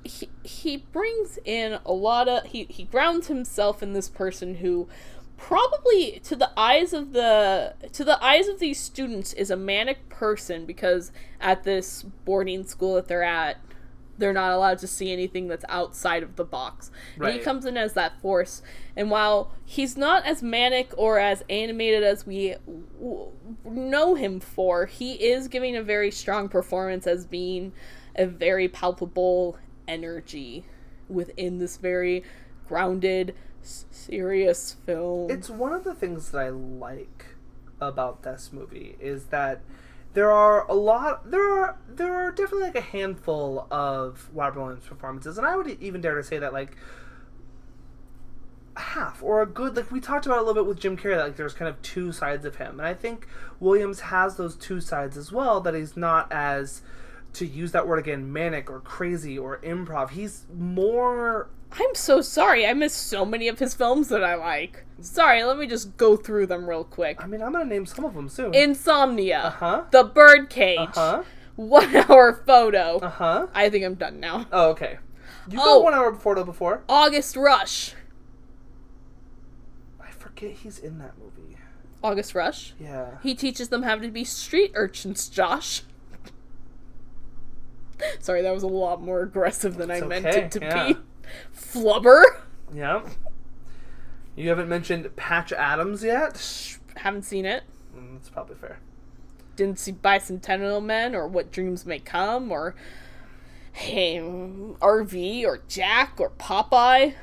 S2: he he brings in a lot of he he grounds himself in this person who probably to the eyes of the to the eyes of these students is a manic person because at this boarding school that they're at they're not allowed to see anything that's outside of the box. And
S3: Right.
S2: he comes in as that force. And while he's not as manic or as animated as we w- know him for, he is giving a very strong performance as being a very palpable energy within this very grounded, S- serious film.
S3: it's one of the things that I like about this movie is that there are a lot there are there are definitely like a handful of Robert Williams performances and I would even dare to say that like half or a good like we talked about a little bit with Jim Carrey that like there's kind of two sides of him and I think Williams has those two sides as well that he's not as to use that word again manic or crazy or improv he's more
S2: I'm so sorry. I missed so many of his films that I like. Sorry, let me just go through them real quick.
S3: I mean I'm gonna name some of them soon
S2: Insomnia.
S3: huh
S2: The Birdcage.
S3: huh
S2: One Hour Photo.
S3: uh huh
S2: I think I'm done now.
S3: Oh, okay. You
S2: Oh.
S3: got one hour photo before.
S2: August Rush.
S3: I forget he's in that movie.
S2: August Rush.
S3: Yeah.
S2: He teaches them how to be street urchins, Josh. Sorry, that was a lot more aggressive than I
S3: It's
S2: meant
S3: okay,
S2: it to
S3: yeah.
S2: be. Flubber.
S3: Yeah. You haven't mentioned Patch Adams yet.
S2: Haven't seen it.
S3: Mm, That's probably fair.
S2: Didn't see Bicentennial Men or What Dreams May Come or hey, mm, RV or Jack or Popeye.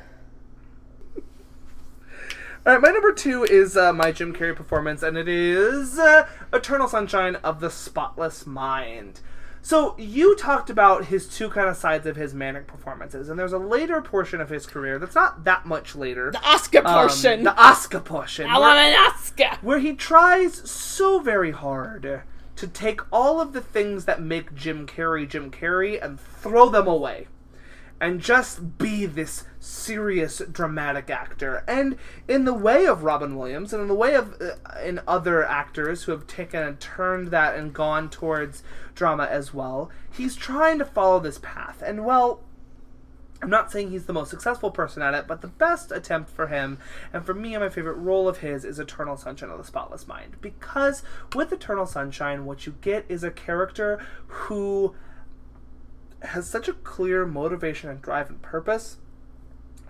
S3: All right, my number two is uh, my Jim Carrey performance, and it is uh, Eternal Sunshine of the Spotless Mind. So you talked about his two kind of sides of his manic performances, and there's a later portion of his career that's not that much later.
S2: The Oscar
S3: um,
S2: portion.
S3: the Oscar portion.
S2: I
S3: where-
S2: want an Oscar.
S3: where he tries so very hard to take all of the things that make Jim Carrey Jim Carrey and throw them away and just be this serious dramatic actor and in the way of Robin Williams and in the way of uh, in other actors who have taken and turned that and gone towards drama as well he's trying to follow this path and well I'm not saying he's the most successful person at it, but the best attempt for him, and for me, and my favorite role of his, is Eternal Sunshine of the Spotless Mind. Because with Eternal Sunshine, what you get is a character who has such a clear motivation and drive and purpose,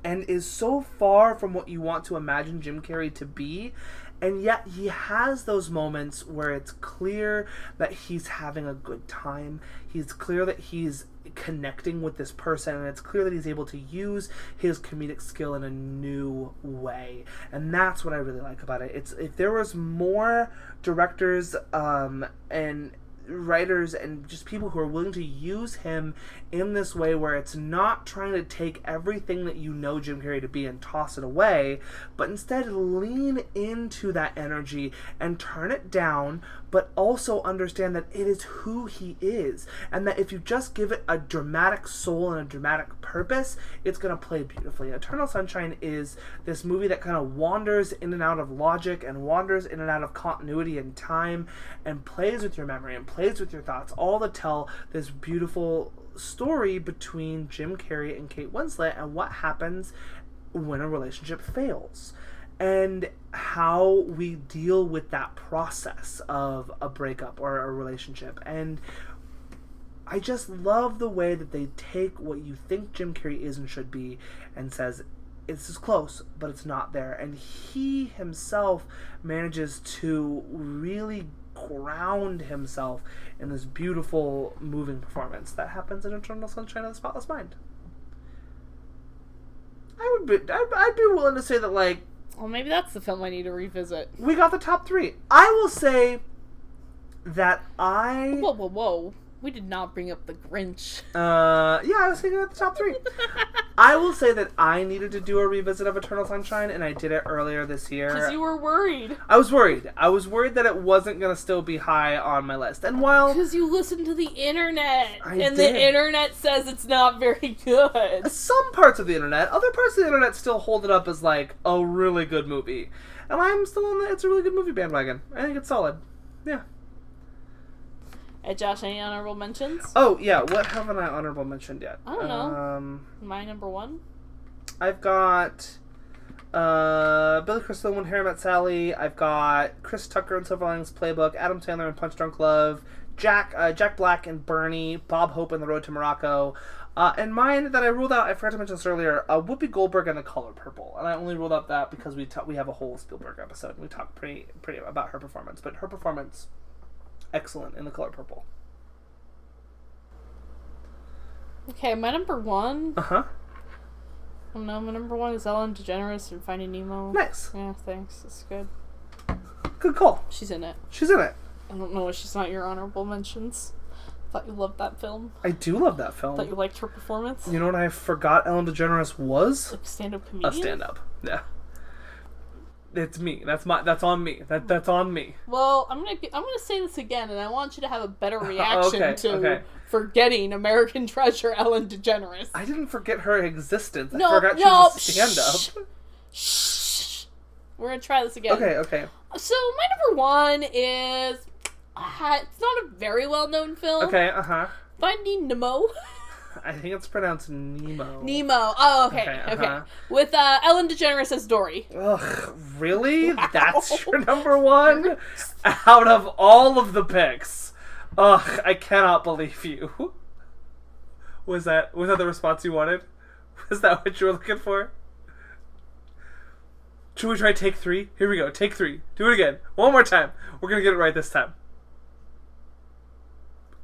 S3: and is so far from what you want to imagine Jim Carrey to be. And yet, he has those moments where it's clear that he's having a good time. He's clear that he's connecting with this person, and it's clear that he's able to use his comedic skill in a new way. And that's what I really like about it. It's if there was more directors um, and writers and just people who are willing to use him in this way where it's not trying to take everything that you know Jim Carrey to be and toss it away, but instead lean into that energy and turn it down, but also understand that it is who he is. And that if you just give it a dramatic soul and a dramatic purpose, it's going to play beautifully. Eternal Sunshine is this movie that kind of wanders in and out of logic and wanders in and out of continuity and time and plays with your memory and plays with your thoughts, all to tell this beautiful story between Jim Carrey and Kate Winslet and what happens when a relationship fails and how we deal with that process of a breakup or a relationship and I just love the way that they take what you think Jim Carrey is and should be and says, this is close, but it's not there. And he himself manages to really ground himself in this beautiful, moving performance that happens in Eternal Sunshine of the Spotless Mind. I would be, I'd, I'd be willing to say that, like,
S2: Well, maybe that's the film I need to revisit.
S3: we got the top three. I will say that I.
S2: Whoa, whoa, whoa. We did not bring up the Grinch.
S3: Uh, yeah, I was thinking about the top three. I will say that I needed to do a revisit of Eternal Sunshine, and I did it earlier this year.
S2: Because you were worried.
S3: I was worried. I was worried that it wasn't going to still be high on my list. And while
S2: Because you listened to the internet.
S3: I did.
S2: and the internet says it's not very good.
S3: some parts of the internet, other parts of the internet still hold it up as like a really good movie, and I'm still on the it's a really good movie bandwagon. I think it's solid. Yeah.
S2: Uh, Josh, any honorable mentions?
S3: Oh yeah. What haven't I honorable mentioned yet?
S2: I don't know.
S3: Um,
S2: My number one?
S3: I've got uh, Billy Crystal and Harry Met Sally. I've got Chris Tucker and Silver Linings Playbook. Adam Sandler and Punch Drunk Love. Jack uh, Jack Black and Bernie. Bob Hope and The Road to Morocco. Uh, and mine that I ruled out, I forgot to mention this earlier, uh, Whoopi Goldberg and The Color Purple. And I only ruled out that because we ta- we have a whole Spielberg episode and we talk pretty pretty about her performance. But her performance, excellent in The Color Purple.
S2: Okay, my number one
S3: Uh huh.
S2: No, my number one is Ellen DeGeneres and Finding Nemo.
S3: Nice.
S2: Yeah, thanks. That's good.
S3: Good call.
S2: She's in it.
S3: She's in it.
S2: I don't know why she's not your honorable mentions. Thought you loved that film.
S3: I do love that
S2: Thought you
S3: film.
S2: liked her performance.
S3: You know what I forgot Ellen DeGeneres was?
S2: Stand-up
S3: A
S2: comedian.
S3: stand up. Yeah. It's me. That's my that's on me. That that's on me.
S2: Well, I'm gonna I'm gonna say this again, and I want you to have a better reaction
S3: Okay,
S2: to
S3: okay.
S2: forgetting American Treasure Ellen DeGeneres.
S3: I didn't forget her existence.
S2: No,
S3: I forgot she
S2: no,
S3: was a stand
S2: shh.
S3: up.
S2: Shh. We're gonna try this again.
S3: Okay, okay.
S2: So my number one is uh, it's not a very well known film.
S3: Okay, uh huh.
S2: Finding Nemo.
S3: I think it's pronounced Nemo.
S2: Nemo. Oh, okay, okay.
S3: Okay, uh-huh.
S2: With uh, Ellen DeGeneres as Dory.
S3: Ugh, really? That's your number one? Out of all of the picks. Ugh, I cannot believe you. Was that was that the response you wanted? Was that what you were looking for? Should we try take three? Here we go, take three. Do it again. One more time. We're gonna get it right this time.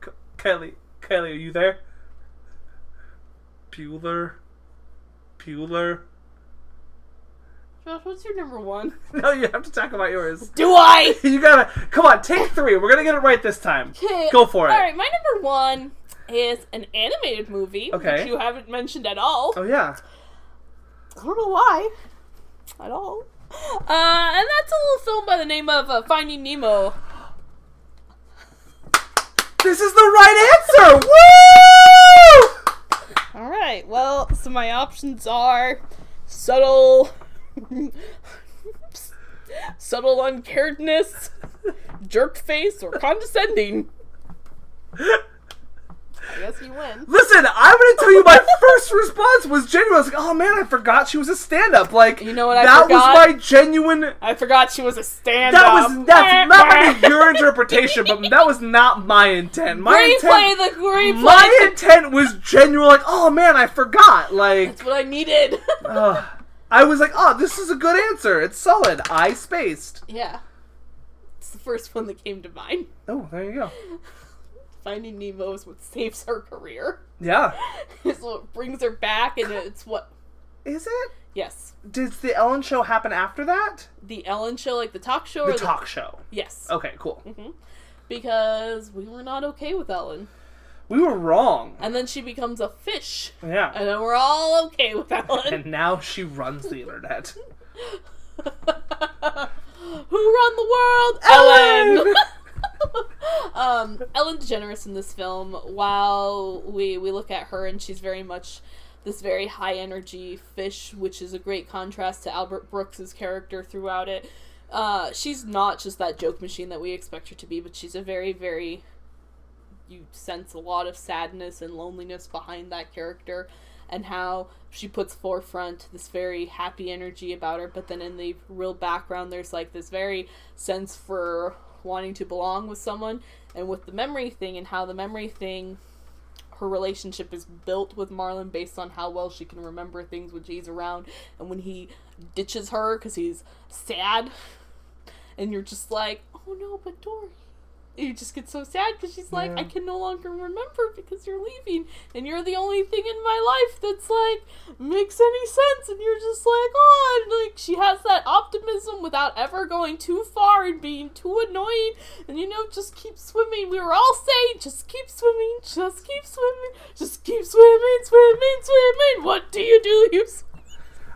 S3: K- Kylie, Kylie, are you there? Bueller. Bueller.
S2: Josh, what's your number one?
S3: No, you have to talk about yours.
S2: Do I?
S3: You gotta come on, take three. We're gonna get it right this time.
S2: Okay.
S3: Go for it.
S2: All right, my number one is an animated movie,
S3: Okay.
S2: which you haven't mentioned at all.
S3: Oh yeah.
S2: I don't know why, at all. Uh, and that's a little film by the name of uh, Finding Nemo.
S3: This is the right answer! Woo!
S2: All right. Well, so my options are subtle, subtle uncaredness, jerk face, or condescending. I guess you win.
S3: Listen, I'm gonna tell you my first response was genuine. I was like, oh man, I forgot she was a stand-up. Like
S2: You know what I
S3: that
S2: forgot?
S3: was my genuine
S2: I forgot she was a stand.
S3: that was that's not maybe your interpretation, but that was not my intent. My
S2: replay
S3: intent,
S2: the replay.
S3: my intent was genuine. Like, oh man, I forgot. Like,
S2: That's what I needed.
S3: Ugh. I was like, oh, this is a good answer. It's solid. I spaced.
S2: yeah, it's the first one that came to mind.
S3: Oh, there you go.
S2: Finding Nemo is what saves her career.
S3: Yeah.
S2: It's what brings her back, and it's what.
S3: Is it?
S2: Yes,
S3: Does the Ellen show happen after that?
S2: the Ellen Show, like the talk show,
S3: The
S2: or
S3: talk Oh. show.
S2: Yes,
S3: Okay, cool.
S2: Mm-hmm. because we were not okay with Ellen,
S3: We were wrong.
S2: and then she becomes a fish,
S3: Yeah.
S2: and then we're all okay with Ellen.
S3: And now she runs the internet.
S2: Who run the world? Ellen. um, Ellen DeGeneres in this film. While we we look at her and she's very much this very high energy fish, which is a great contrast to Albert Brooks's character throughout it. Uh, she's not just that joke machine that we expect her to be, but she's a very very you sense a lot of sadness and loneliness behind that character and how she puts forefront this very happy energy about her but then in the real background there's like this very sense for wanting to belong with someone and with the memory thing and how the memory thing her relationship is built with Marlon based on how well she can remember things when she's around and when he ditches her cuz he's sad and you're just like oh no but Dory you just get so sad because she's like,
S3: Yeah.
S2: I can no longer remember because you're leaving, and you're the only thing in my life that's like makes any sense, and you're just like, oh, and like she has that optimism without ever going too far and being too annoying, and you know, just keep swimming. We were all saying, just keep swimming, just keep swimming, just keep swimming, swimming, swimming. What do you do? You s-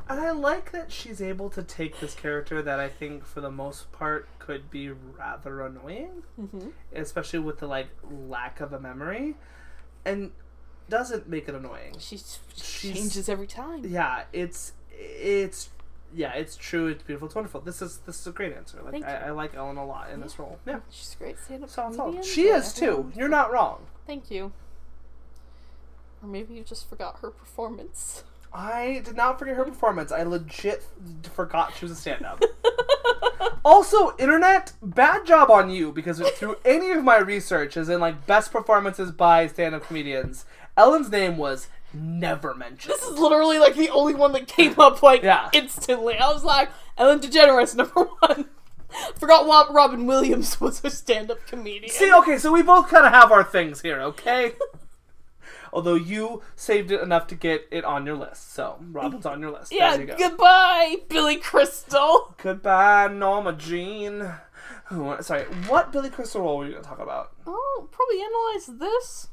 S3: And I like that she's able to take this character that I think, for the most part, could be rather annoying,
S2: Mm-hmm.
S3: especially with the like lack of a memory, and doesn't make it annoying.
S2: she, s-
S3: She's-
S2: changes every time.
S3: yeah, it's it's yeah, it's true. It's beautiful. It's wonderful. This is this is a great answer. Like
S2: Thank
S3: I, I like Ellen a lot in this role. Yeah,
S2: She's a great stand-up
S3: solid,
S2: comedian.
S3: solid. She
S2: Yeah,
S3: is too.
S2: everyone-
S3: You're not wrong.
S2: Thank you. Or maybe you just forgot her performance.
S3: I did not forget her performance. I legit forgot she was a stand-up. also, internet, bad job on you because through any of my research, as in like best performances by stand-up comedians, Ellen's name was never mentioned.
S2: This is literally like the only one that came up like
S3: Yeah.
S2: instantly. I was like, Ellen DeGeneres, number one. Forgot what Robin Williams was a stand up comedian.
S3: oh, See, okay, so we both kind of have our things here, okay? Although you saved it enough to get it on your list, so Robin's on your list.
S2: Yeah,
S3: there you go.
S2: goodbye, Billy Crystal.
S3: Goodbye, Norma Jean. Who- Sorry, what Billy Crystal role were you going to talk about?
S2: Oh, probably analyze this.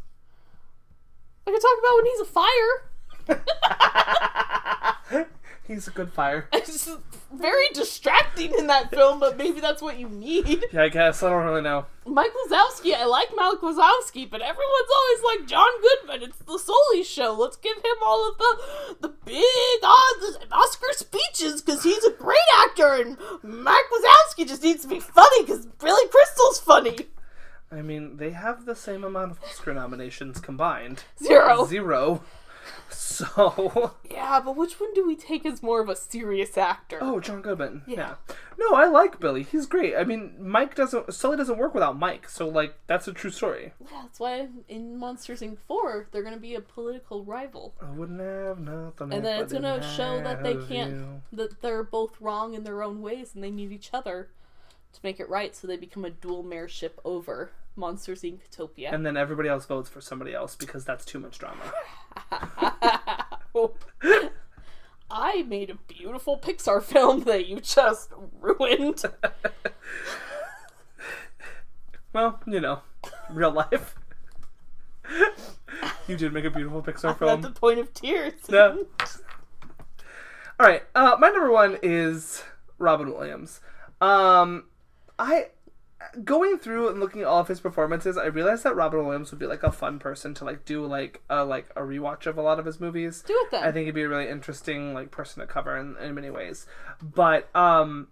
S2: I could talk about when he's a fire.
S3: He's a good fire.
S2: It's just very distracting in that film, but maybe that's what you need.
S3: Yeah, I guess. I don't really know.
S2: Mike Wazowski, I like Malik Wazowski, but everyone's always like John Goodman. It's the Soli show. Let's give him all of the the big Os- Oscar speeches because he's a great actor, and Mike Wazowski just needs to be funny because Billy Crystal's funny.
S3: I mean, they have the same amount of Oscar nominations combined
S2: Zero.
S3: zero. So.
S2: Yeah, but which one do we take as more of a serious actor?
S3: Oh, John Goodman. Yeah. No, I like Billy. He's great. I mean, Mike doesn't. Sully doesn't work without Mike, so, like, that's a true story.
S2: Yeah, that's why in Monsters Inc. 4, they're going to be a political rival.
S3: I wouldn't have nothing.
S2: And
S3: if
S2: then
S3: I
S2: it's gonna
S3: didn't
S2: show that they
S3: have
S2: can't
S3: you.
S2: that they're both wrong in their own ways and they need each other to make it right so they become a dual mayorship over Monsters Inc. Topia.
S3: And then everybody else votes for somebody else because that's too much drama.
S2: I made a beautiful Pixar film that you just ruined.
S3: Well, you know, real life. you did make a beautiful Pixar
S2: I'm at the
S3: film.
S2: point of tears.
S3: Yeah. All right, uh, my number one is Robin Williams. Um, I going through and looking at all of his performances, I realized that Robin Williams would be like a fun person to like do like a like a rewatch of a lot of his movies.
S2: Do it then.
S3: I think he'd be a really interesting like person to cover in, in many ways. But um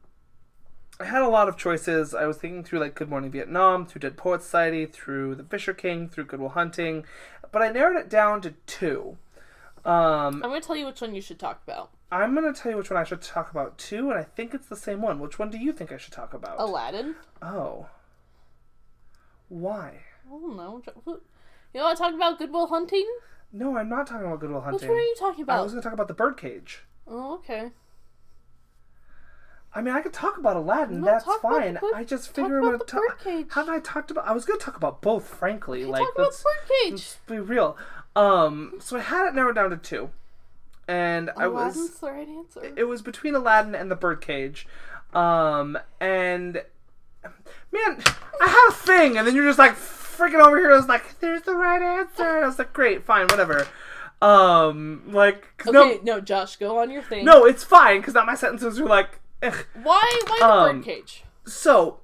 S3: I had a lot of choices. I was thinking through like Good Morning Vietnam, through Dead Poets Society, through The Fisher King, through Good Will Hunting, but I narrowed it down to two. Um,
S2: I'm gonna tell you which one you should talk about.
S3: I'm gonna tell you which one I should talk about too, and I think it's the same one. Which one do you think I should talk about?
S2: Aladdin.
S3: Oh. Why?
S2: I don't know. You want to talk about Goodwill Hunting?
S3: No, I'm not talking about Good Will
S2: Which
S3: Hunting.
S2: one are you talking
S3: I
S2: about?
S3: was gonna talk about the birdcage.
S2: Oh, okay.
S3: I mean, I could talk about Aladdin.
S2: No,
S3: that's
S2: talk about
S3: fine.
S2: the bird-
S3: I just
S2: talk
S3: figure I'm
S2: about
S3: gonna
S2: the birdcage.
S3: talk. Haven't I talked about? I was gonna talk about both, frankly. like,
S2: talk about
S3: let's,
S2: Birdcage.
S3: let's be real. Um, so I had it narrowed down to two, and I
S2: Aladdin's
S3: was
S2: the right answer.
S3: it was between Aladdin and the Birdcage, um, and man, I had a thing, and then you're just like freaking over here. I was like, "There's the right answer." And I was like, "Great, fine, whatever." Um, like, 'cause
S2: okay, no, Josh, go on your thing.
S3: no, no, it's fine because now my sentences were like. "Ugh."
S2: Why? Why the
S3: Um,
S2: birdcage?
S3: So,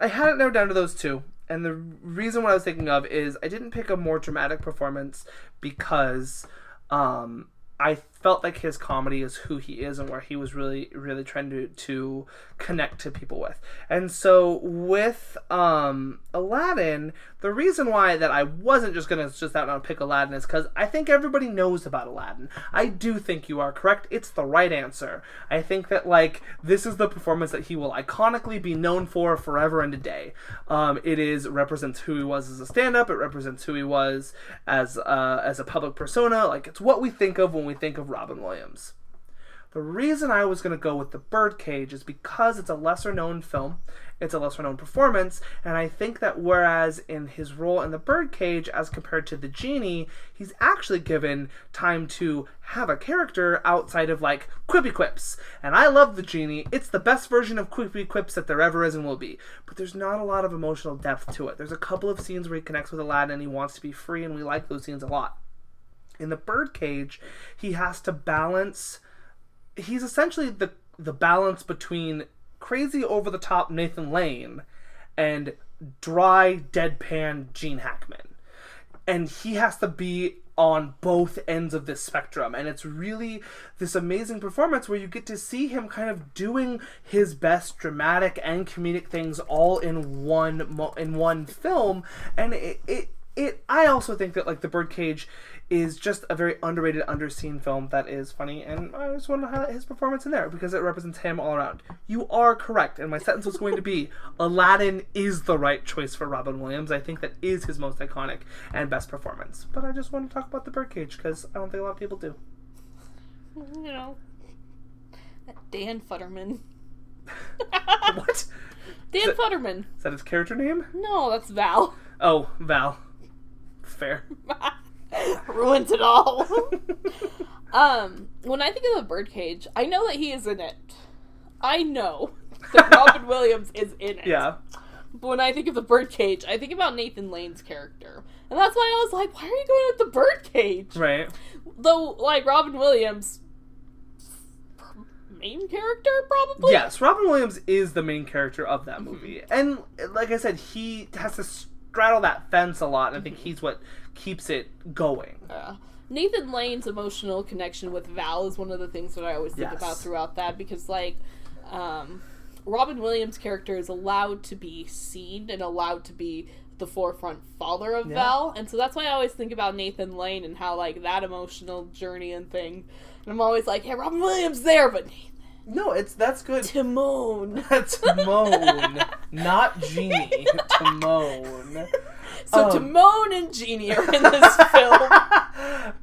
S3: I had it narrowed down to those two, and the reason what I was thinking of is I didn't pick a more dramatic performance because um, I felt like his comedy is who he is and where he was really, really trying to to connect to people with. And so with um, Aladdin, the reason why that I wasn't just gonna just out and out pick Aladdin is because I think everybody knows about Aladdin. I do think you are correct. It's the right answer. I think that like this is the performance that he will iconically be known for forever and a day. Um, it is represents who he was as a stand-up. It represents who he was as uh, as a public persona. Like it's what we think of when we think of Robin Williams. The reason I was going to go with The Birdcage is because it's a lesser known film, it's a lesser known performance, and I think that whereas in his role in The Birdcage, as compared to The Genie, he's actually given time to have a character outside of like Quippy Quips. And I love The Genie, it's the best version of Quippy Quips that there ever is and will be. But there's not a lot of emotional depth to it. There's a couple of scenes where he connects with Aladdin and he wants to be free, and we like those scenes a lot. In The Birdcage, he has to balance he's essentially the the balance between crazy over the top Nathan Lane and dry deadpan Gene Hackman. And he has to be on both ends of this spectrum and it's really this amazing performance where you get to see him kind of doing his best dramatic and comedic things all in one mo- in one film and it, it it i also think that like the birdcage is just a very underrated underseen film that is funny and i just want to highlight his performance in there because it represents him all around you are correct and my sentence was going to be aladdin is the right choice for robin williams i think that is his most iconic and best performance but i just want to talk about the birdcage because i don't think a lot of people do
S2: You know, that Dan Futterman.
S3: what
S2: Dan Futterman.
S3: is that his character name
S2: No, that's Val.
S3: oh val fair.
S2: ruins it all. um, when I think of the birdcage, I know that he is in it. I know that Robin Williams is in it.
S3: Yeah.
S2: But when I think of the birdcage, I think about Nathan Lane's character. And that's why I was like, why are you going with the birdcage?
S3: Right.
S2: Though, like, Robin Williams, main character, probably?
S3: Yes, Robin Williams is the main character of that movie.
S2: Mm-hmm.
S3: And like I said, he has to straddle that fence a lot, and I think
S2: Mm-hmm.
S3: he's what keeps it going.
S2: Yeah. Nathan Lane's emotional connection with Val is one of the things that I always think
S3: Yes.
S2: about throughout that because, like, um, Robin Williams' character is allowed to be seen and allowed to be the forefront father of
S3: Yeah.
S2: Val, and so that's why I always think about Nathan Lane and how like that emotional journey and thing. And I'm always like, yeah, Robin Williams there, but
S3: No, it's that's good.
S2: Timon.
S3: That's Timon, not Genie. Timon.
S2: So
S3: Um.
S2: Timon and Genie are in this film.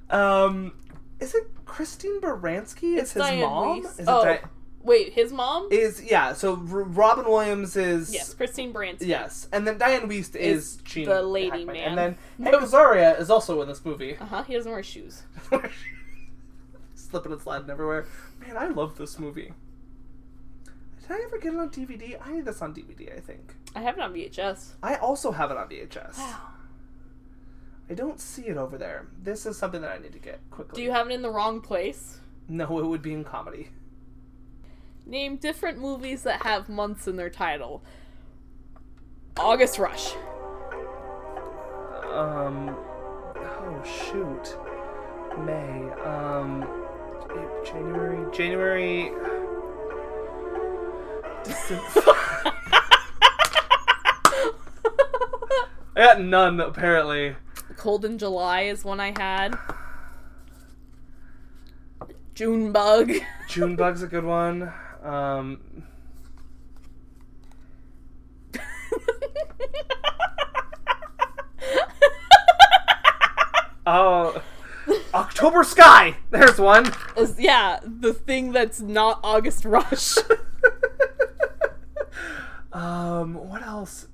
S3: um, is it Christine Baranski? It's, his
S2: Diane
S3: mom.
S2: Reese.
S3: Is it
S2: Oh.
S3: Di-
S2: Wait, his mom?
S3: is yeah. So R- Robin Williams is
S2: yes, Christine Bransky.
S3: Yes, and then Diane Weist is,
S2: Is
S3: Gene
S2: the lady
S3: Hackman.
S2: man.
S3: and then Hank Azaria is also in this movie.
S2: Uh huh. He doesn't wear shoes.
S3: Slipping and sliding everywhere. Man, I love this movie. Did I ever get it on DVD? I had this on DVD, I think.
S2: I have it on VHS.
S3: I also have it on VHS. I don't see it over there. This is something that I need to get quickly.
S2: Do you have it in the wrong place?
S3: No, it would be in comedy.
S2: Name different movies that have months in their title. August Rush.
S3: Um. Oh shoot. May. Um. Ja- January. January. I got none apparently.
S2: Cold in July is one I had. June Bug.
S3: June bug's a good one. Um. Oh. October sky. There's one.
S2: Is- yeah, the thing that's not August Rush.
S3: um. What else?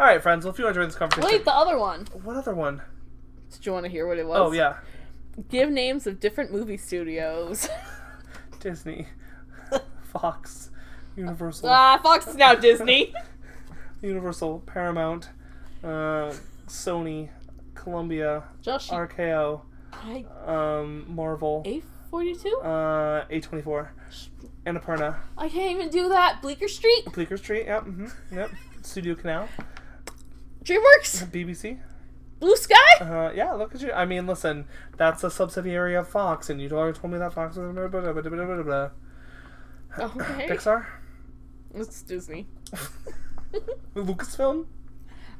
S3: All right, friends. Well, if you enjoyed this conversation,
S2: Wait, the other one.
S3: what other one?
S2: Did you want to hear what it was?
S3: Oh yeah,
S2: Give names of different movie studios.
S3: Disney, Fox, Universal,
S2: ah, Fox is now Disney.
S3: Universal, Paramount, uh, Sony, Columbia,
S2: Josh,
S3: RKO,
S2: I
S3: um, Marvel,
S2: A forty two.
S3: uh, A24, Annapurna,
S2: I can't even do that. Bleecker Street,
S3: Bleecker Street. Yep, hmm yep. Studio Canal,
S2: DreamWorks,
S3: BBC.
S2: Blue Sky.
S3: Uh, yeah, look at you. I mean, listen, that's a subsidiary of Fox, and you already told me that Fox was blah, blah, blah, blah, blah, blah, blah.
S2: Okay,
S3: Pixar,
S2: it's Disney.
S3: Lucasfilm.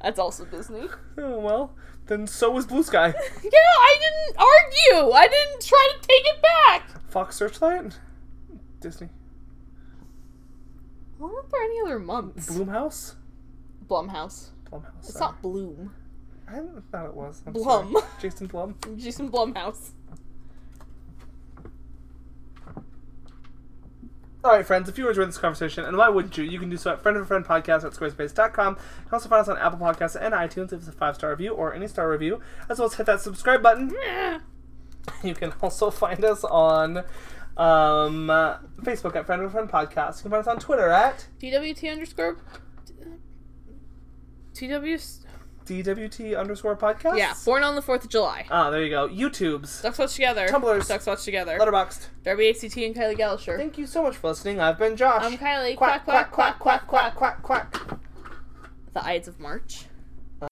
S2: That's also Disney.
S3: Oh, well, then so is Blue Sky.
S2: Yeah, I didn't argue. I didn't try to take it back.
S3: Fox Searchlight, Disney,
S2: What were there any other months?
S3: Bloomhouse,
S2: Blumhouse.
S3: Blumhouse.
S2: It's
S3: sorry.
S2: not Bloom.
S3: I thought it was. I'm
S2: Blum.
S3: sorry. Jason Blum.
S2: Jason Blumhouse.
S3: All right, friends, if you enjoyed this conversation, and why wouldn't you? You can do so at friendofafriendpodcast at squarespace.com. You can also find us on Apple Podcasts and iTunes if it's a five star review or any star review, as well as hit that subscribe button. You can also find us on um, uh, Facebook at Friend of a Friend Podcast. You can find us on Twitter at
S2: TWT underscore. TW.
S3: DWT underscore podcast.
S2: Yeah, born on the Fourth of July.
S3: Ah, there you go. YouTubes.
S2: Ducks Watch Together.
S3: Tumblrs.
S2: Ducks Watch Together.
S3: Letterboxd.
S2: Darby ACT and Kylie Gallisher.
S3: Thank you so much for listening. I've been Josh.
S2: I'm Kylie.
S3: quack, quack, quack, quack, quack, quack, quack.
S2: The Ides of March.